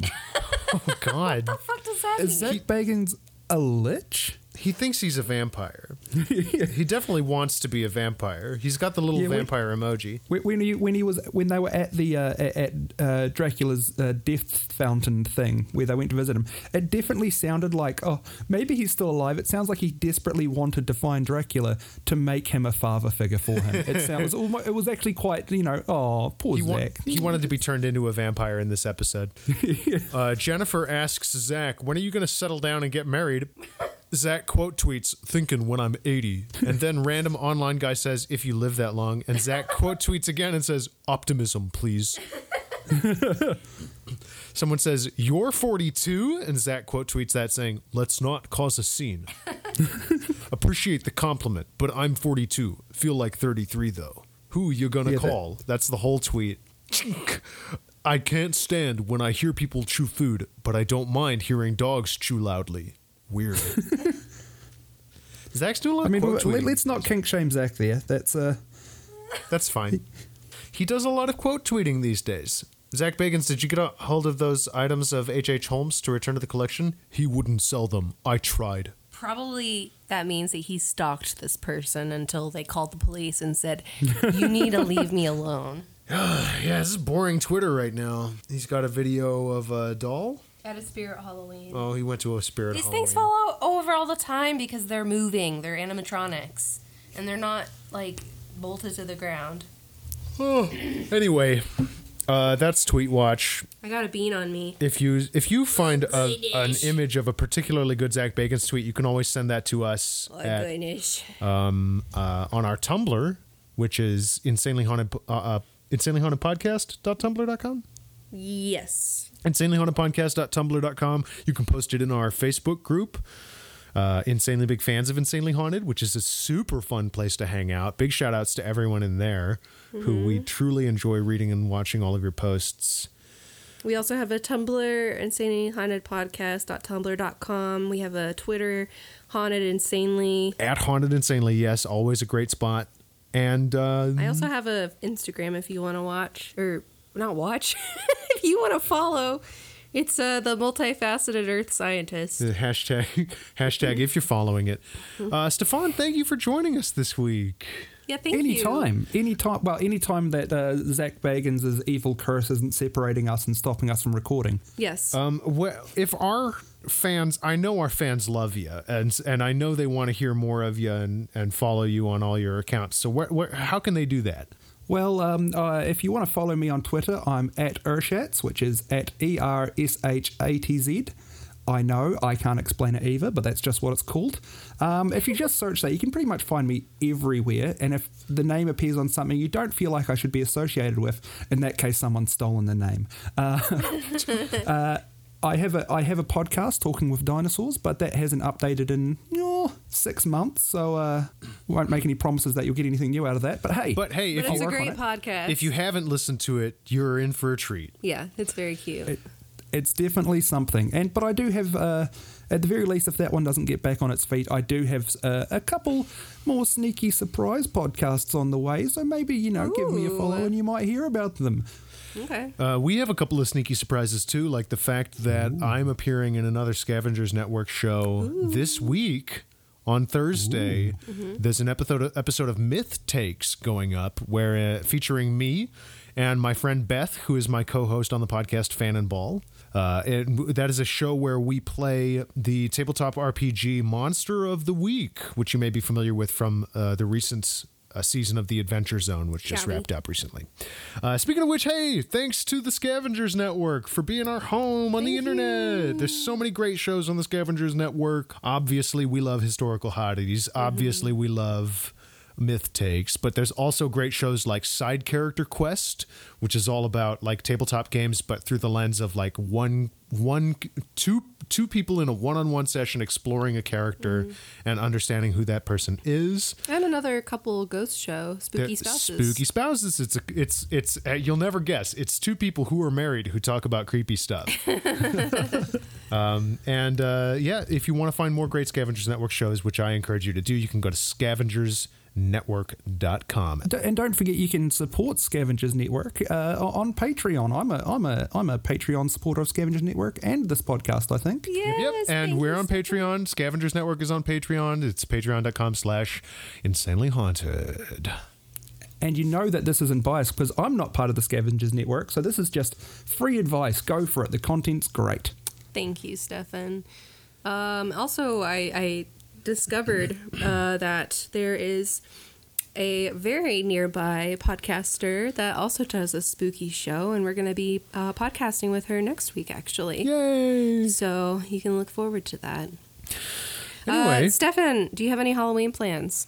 Speaker 1: Oh, God.
Speaker 2: What does that
Speaker 3: Is Zach Bagans a lich?
Speaker 1: [laughs] he thinks he's a vampire. He definitely wants to be a vampire. He's got the little
Speaker 3: Yeah, we-
Speaker 1: vampire emoji.
Speaker 3: When- When he when he was when they were at the uh, at at, uh, Dracula's uh, death fountain thing where they went to visit him, it definitely sounded like oh maybe he's still alive. It sounds like he desperately wanted to find Dracula to make him a father figure for him. It sounds almost, it was actually quite you know oh poor
Speaker 1: He,
Speaker 3: Zach.
Speaker 1: wa- he wanted to be turned into a vampire in this episode. Uh, Jennifer asks Zach, "When are you going to settle down and get married?" Zach quote tweets, "Thinking when I'm 80," and then random online guy says, "If you live that long," and Zach quote tweets again and says, "Optimism, please." Someone says, You're 42? And Zach quote tweets that saying, Let's not cause a
Speaker 3: [laughs]
Speaker 1: scene. Appreciate the compliment, but I'm 42. Feel like 33, though. Who you gonna
Speaker 3: Yeah, that-
Speaker 1: call? That's the whole tweet. [laughs] I can't stand when I hear people chew food, but I don't mind hearing dogs chew loudly.
Speaker 3: [laughs]
Speaker 1: Weird. Zach's doing a lot
Speaker 3: I
Speaker 1: of
Speaker 3: mean,
Speaker 1: quote
Speaker 3: but let,
Speaker 1: tweeting.
Speaker 3: us not kink shame Zach there. That's uh,
Speaker 1: That's fine. He does a lot of quote tweeting these days. Zach Bagans, did you get a hold of those items of H.H. H. Holmes to return to the collection? He wouldn't sell them. I tried.
Speaker 2: Probably that means that he stalked this person until they called the police and said, You need to leave me [laughs] alone.
Speaker 1: Yeah, this is boring Twitter right now. He's got a video of a doll.
Speaker 2: At a spirit Halloween.
Speaker 1: Oh, he went to a spirit.
Speaker 2: These things fall
Speaker 1: Halloween.
Speaker 2: o- over all the time because they're moving, they're animatronics, and they're not like bolted to the ground.
Speaker 1: Oh. Anyway, uh, that's Tweet Watch.
Speaker 2: I got a bean on me.
Speaker 1: if you if you find a, an image of a particularly good Zach Bacon's tweet, you can always send that to us at,
Speaker 2: Oh, goodness.
Speaker 1: um, uh, on our Tumblr, which is insanely haunted po- uh, uh, insanely haunted podcast.tumblr.com.
Speaker 2: Yes.
Speaker 1: Insanely haunted podcast.tumblr.com. You can post it in our Facebook group. Uh, insanely big fans of Insanely Haunted, which is a super fun place to hang out. Big shout outs to everyone in there who we truly enjoy reading and watching all of your posts.
Speaker 2: We also have a Tumblr, insanely haunted podcast.tumblr.com. We have a Twitter, haunted insanely.
Speaker 1: at Haunted Insanely. Yes, always a great spot. And uh,
Speaker 2: I also have a Instagram if you want to watch or not watch. [laughs] if you want to follow, it's uh, the multifaceted Earth scientist.
Speaker 1: the hashtag [laughs] hashtag if you're following it. Uh, Stefan, thank you for joining us this week.
Speaker 2: Yeah, thank you.
Speaker 3: anytime, anytime. Well, anytime that uh, Zach Bagans' evil curse isn't separating us and stopping us from recording.
Speaker 2: Yes.
Speaker 1: Um, well, if our fans, I know our fans love you, and and I know they want to hear more of you and, and follow you on all your accounts. So where, where, how can they do that?
Speaker 3: Well, um, uh, if you want to follow me on Twitter, I'm at Ershats, which is at E R S H A T Z. I know I can't explain it either, but that's just what it's called. Um, if you just search that, you can pretty much find me everywhere. And if the name appears on something you don't feel like I should be associated with, in that case, someone's stolen the name. Uh, [laughs] uh, I have a I have a podcast talking with dinosaurs, but that hasn't updated in oh, six months, so uh, won't make any promises that you'll get anything new out of that. But hey,
Speaker 1: But hey,
Speaker 2: but
Speaker 1: if
Speaker 2: it's
Speaker 1: you
Speaker 2: a
Speaker 3: work on
Speaker 2: great
Speaker 3: it.
Speaker 2: podcast.
Speaker 1: if you haven't listened to it, you're in for a treat.
Speaker 2: yeah, it's very cute.
Speaker 3: it, it's definitely something. And but I do have, uh, at the very least, if that one doesn't get back on its feet, I do have uh, a couple more sneaky surprise podcasts on the way. So maybe you know, give me a follow
Speaker 2: Ooh.
Speaker 3: and you might hear about them.
Speaker 2: Okay.
Speaker 1: Uh, we have a couple of sneaky surprises too, like the fact that I'm appearing in another Scavengers Network show this week on Thursday. There's an episode episode of Myth Takes going up, where uh, featuring me and my friend Beth, who is my co-host on the podcast Fan and Ball. Uh, and w- that is a show where we play the tabletop RPG Monster of the Week, which you may be familiar with from uh, the recent a season of the Adventure Zone, which just
Speaker 2: Shall we?
Speaker 1: wrapped up recently. Uh, speaking of which, hey, thanks to the Scavengers Network for being our home on the internet. There's so many great shows on the Scavengers Network. Obviously, we love historical oddities. Obviously, we love myth takes but there's also great shows like side character quest which is all about like tabletop games but through the lens of like one one two two people in a one-on-one session exploring a character and understanding who that person is
Speaker 2: And another couple ghost show, Spooky
Speaker 1: they're
Speaker 2: Spouses.
Speaker 1: Spooky spouses. It's a, it's it's uh, you'll never guess. It's two people who are married who talk about creepy
Speaker 2: [laughs]
Speaker 1: stuff. um, and uh, yeah, if you want to find more great Scavengers Network shows, which I encourage you to do, you can go to scavengersnetwork.com.
Speaker 3: D- and don't forget you can support Scavengers Network uh, o- on Patreon. I'm a I'm a I'm a Patreon supporter of Scavengers Network and this podcast. I think.
Speaker 2: Yes,
Speaker 1: And
Speaker 2: thank
Speaker 1: we're
Speaker 2: you
Speaker 1: on
Speaker 2: so-
Speaker 1: Patreon. Scavengers Network is on Patreon. It's patreon.com slash insanely haunted.
Speaker 3: And you know that this isn't biased because I'm not part of the Scavengers Network, so this is just free advice. Go for it. The content's great.
Speaker 2: Thank you, Stefan. Um, also, I, I discovered uh, that there is a very nearby podcaster that also does a spooky show, and we're going to be uh, podcasting with her next week, actually.
Speaker 1: Yay.
Speaker 2: So you can look forward to that.
Speaker 1: Anyway.
Speaker 2: Uh, Stefan, do you have any Halloween plans?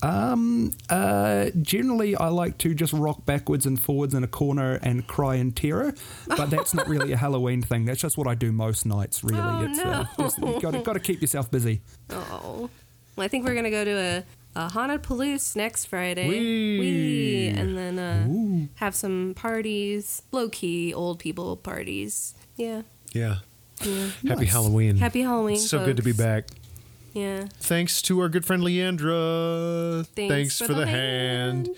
Speaker 3: Um, uh, generally, I like to just rock backwards and forwards in a corner and cry in terror, but that's not really a Halloween thing. That's just what I do most nights, really.
Speaker 2: Oh,
Speaker 3: uh, got, to, got to keep yourself busy.
Speaker 2: Oh, well, I think we're going to go to a, a haunted Palouse next Friday.
Speaker 1: Whee!
Speaker 2: Whee! And then uh, have some parties, low key old people parties. Yeah.
Speaker 1: Yeah.
Speaker 2: Yeah.
Speaker 1: Happy
Speaker 3: Nice.
Speaker 1: Halloween.
Speaker 2: Happy Halloween.
Speaker 1: It's so good to be
Speaker 2: folks.
Speaker 1: back.
Speaker 2: Yeah.
Speaker 1: thanks to our good friend Leandra.
Speaker 2: Thanks for the hand.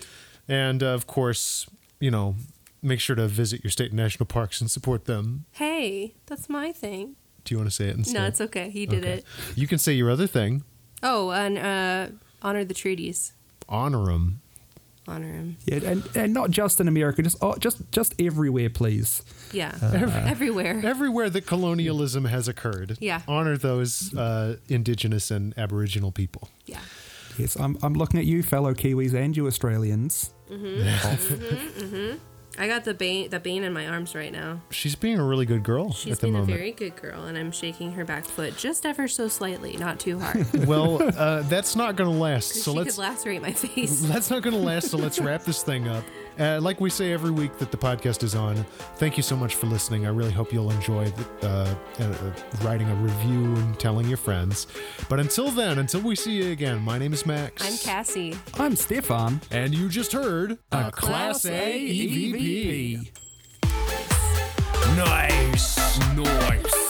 Speaker 1: And uh, of course, you know, make sure to visit your state and national parks and support them.
Speaker 2: Hey, that's my thing.
Speaker 1: Do you want to say it instead?
Speaker 2: No, it's okay. He did
Speaker 1: Okay.
Speaker 2: it.
Speaker 1: You can say your other thing.
Speaker 2: Oh, and uh, honor the treaties.
Speaker 1: Honor them.
Speaker 2: Honor him.
Speaker 3: Yeah, and, and not just in America, just oh, just just everywhere, please.
Speaker 2: Yeah.
Speaker 1: Uh,
Speaker 2: Everywhere.
Speaker 1: Everywhere that colonialism has occurred,
Speaker 2: Yeah.
Speaker 1: honor those uh, indigenous and aboriginal people.
Speaker 2: Yeah.
Speaker 3: Yes, I'm, I'm looking at you, fellow Kiwis and you Australians.
Speaker 2: I got the bane, the bane in my arms right now.
Speaker 1: She's being a really good girl
Speaker 2: She's
Speaker 1: at the
Speaker 2: been
Speaker 1: moment.
Speaker 2: a very good girl, and I'm shaking her back foot just ever so slightly, not
Speaker 1: [laughs]
Speaker 2: too hard.
Speaker 1: well, uh, that's not going to last.
Speaker 2: [laughs] 'Cause
Speaker 1: So
Speaker 2: she
Speaker 1: let's
Speaker 2: could lacerate my face.
Speaker 1: [laughs] That's not going to last, so let's wrap this thing up. Uh, like we say every week that the podcast is on, thank you so much for listening. I really hope you'll enjoy the, uh, uh, uh, writing a review and telling your friends. But until then, until we see you again, my name is Max.
Speaker 2: I'm Cassie.
Speaker 3: I'm Stefan.
Speaker 1: And you just heard
Speaker 3: A
Speaker 2: Class A E
Speaker 3: EVP.
Speaker 1: Nice. Nice.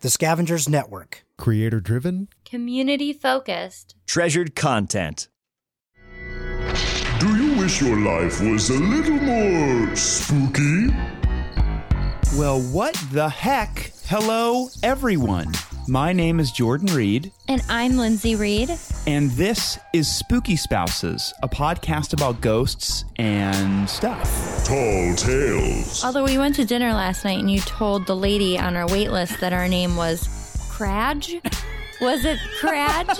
Speaker 4: The Scavengers Network.
Speaker 1: Creator driven.
Speaker 5: Community focused.
Speaker 6: Treasured content.
Speaker 7: Do you wish your life was a little more spooky?
Speaker 8: Well, what the heck? Hello, everyone. My name is Jordan Reed,
Speaker 5: And I'm Lindsay Reed.
Speaker 8: and this is Spooky Spouses, a podcast about ghosts and stuff.
Speaker 7: Tall tales.
Speaker 5: Although we went to dinner last night and you told the lady on our wait list that our name was Cradge. Was it
Speaker 8: [laughs]
Speaker 5: Cradge?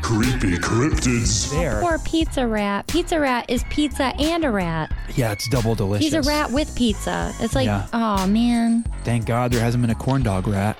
Speaker 7: Creepy cryptids.
Speaker 8: There.
Speaker 5: or Pizza Rat? Pizza Rat is pizza and a rat.
Speaker 8: Yeah, it's double delicious.
Speaker 5: He's a rat with pizza. It's like,
Speaker 8: Yeah.
Speaker 5: oh man.
Speaker 8: Thank God there hasn't been a corn dog rat.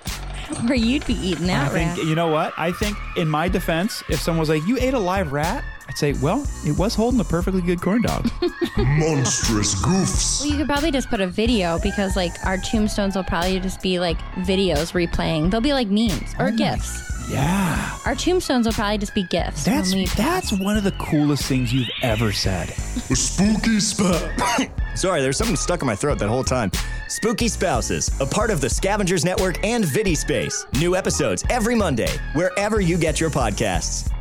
Speaker 5: Or you'd be eating
Speaker 8: I
Speaker 5: that
Speaker 8: think,
Speaker 5: rat.
Speaker 8: you know what? I think, in my defense, if someone was like, You ate a live rat, I'd say, Well, it was holding a perfectly good corn dog.
Speaker 5: [laughs]
Speaker 7: Monstrous
Speaker 5: Well,
Speaker 7: goofs.
Speaker 5: you could probably just put a video
Speaker 8: Mm.
Speaker 5: because, like, our tombstones will probably just be like videos replaying. They'll be like memes or gifs.
Speaker 8: Yeah.
Speaker 5: Our tombstones will probably just be gifts. when
Speaker 8: That's
Speaker 5: we-
Speaker 8: that's one of the coolest things you've ever said.
Speaker 7: A spooky spot.
Speaker 6: Sorry, there's something stuck in my throat that whole time. Spooky Spouses, a part of the Scavengers Network and Viddy Space. New episodes every Monday, wherever you get your podcasts.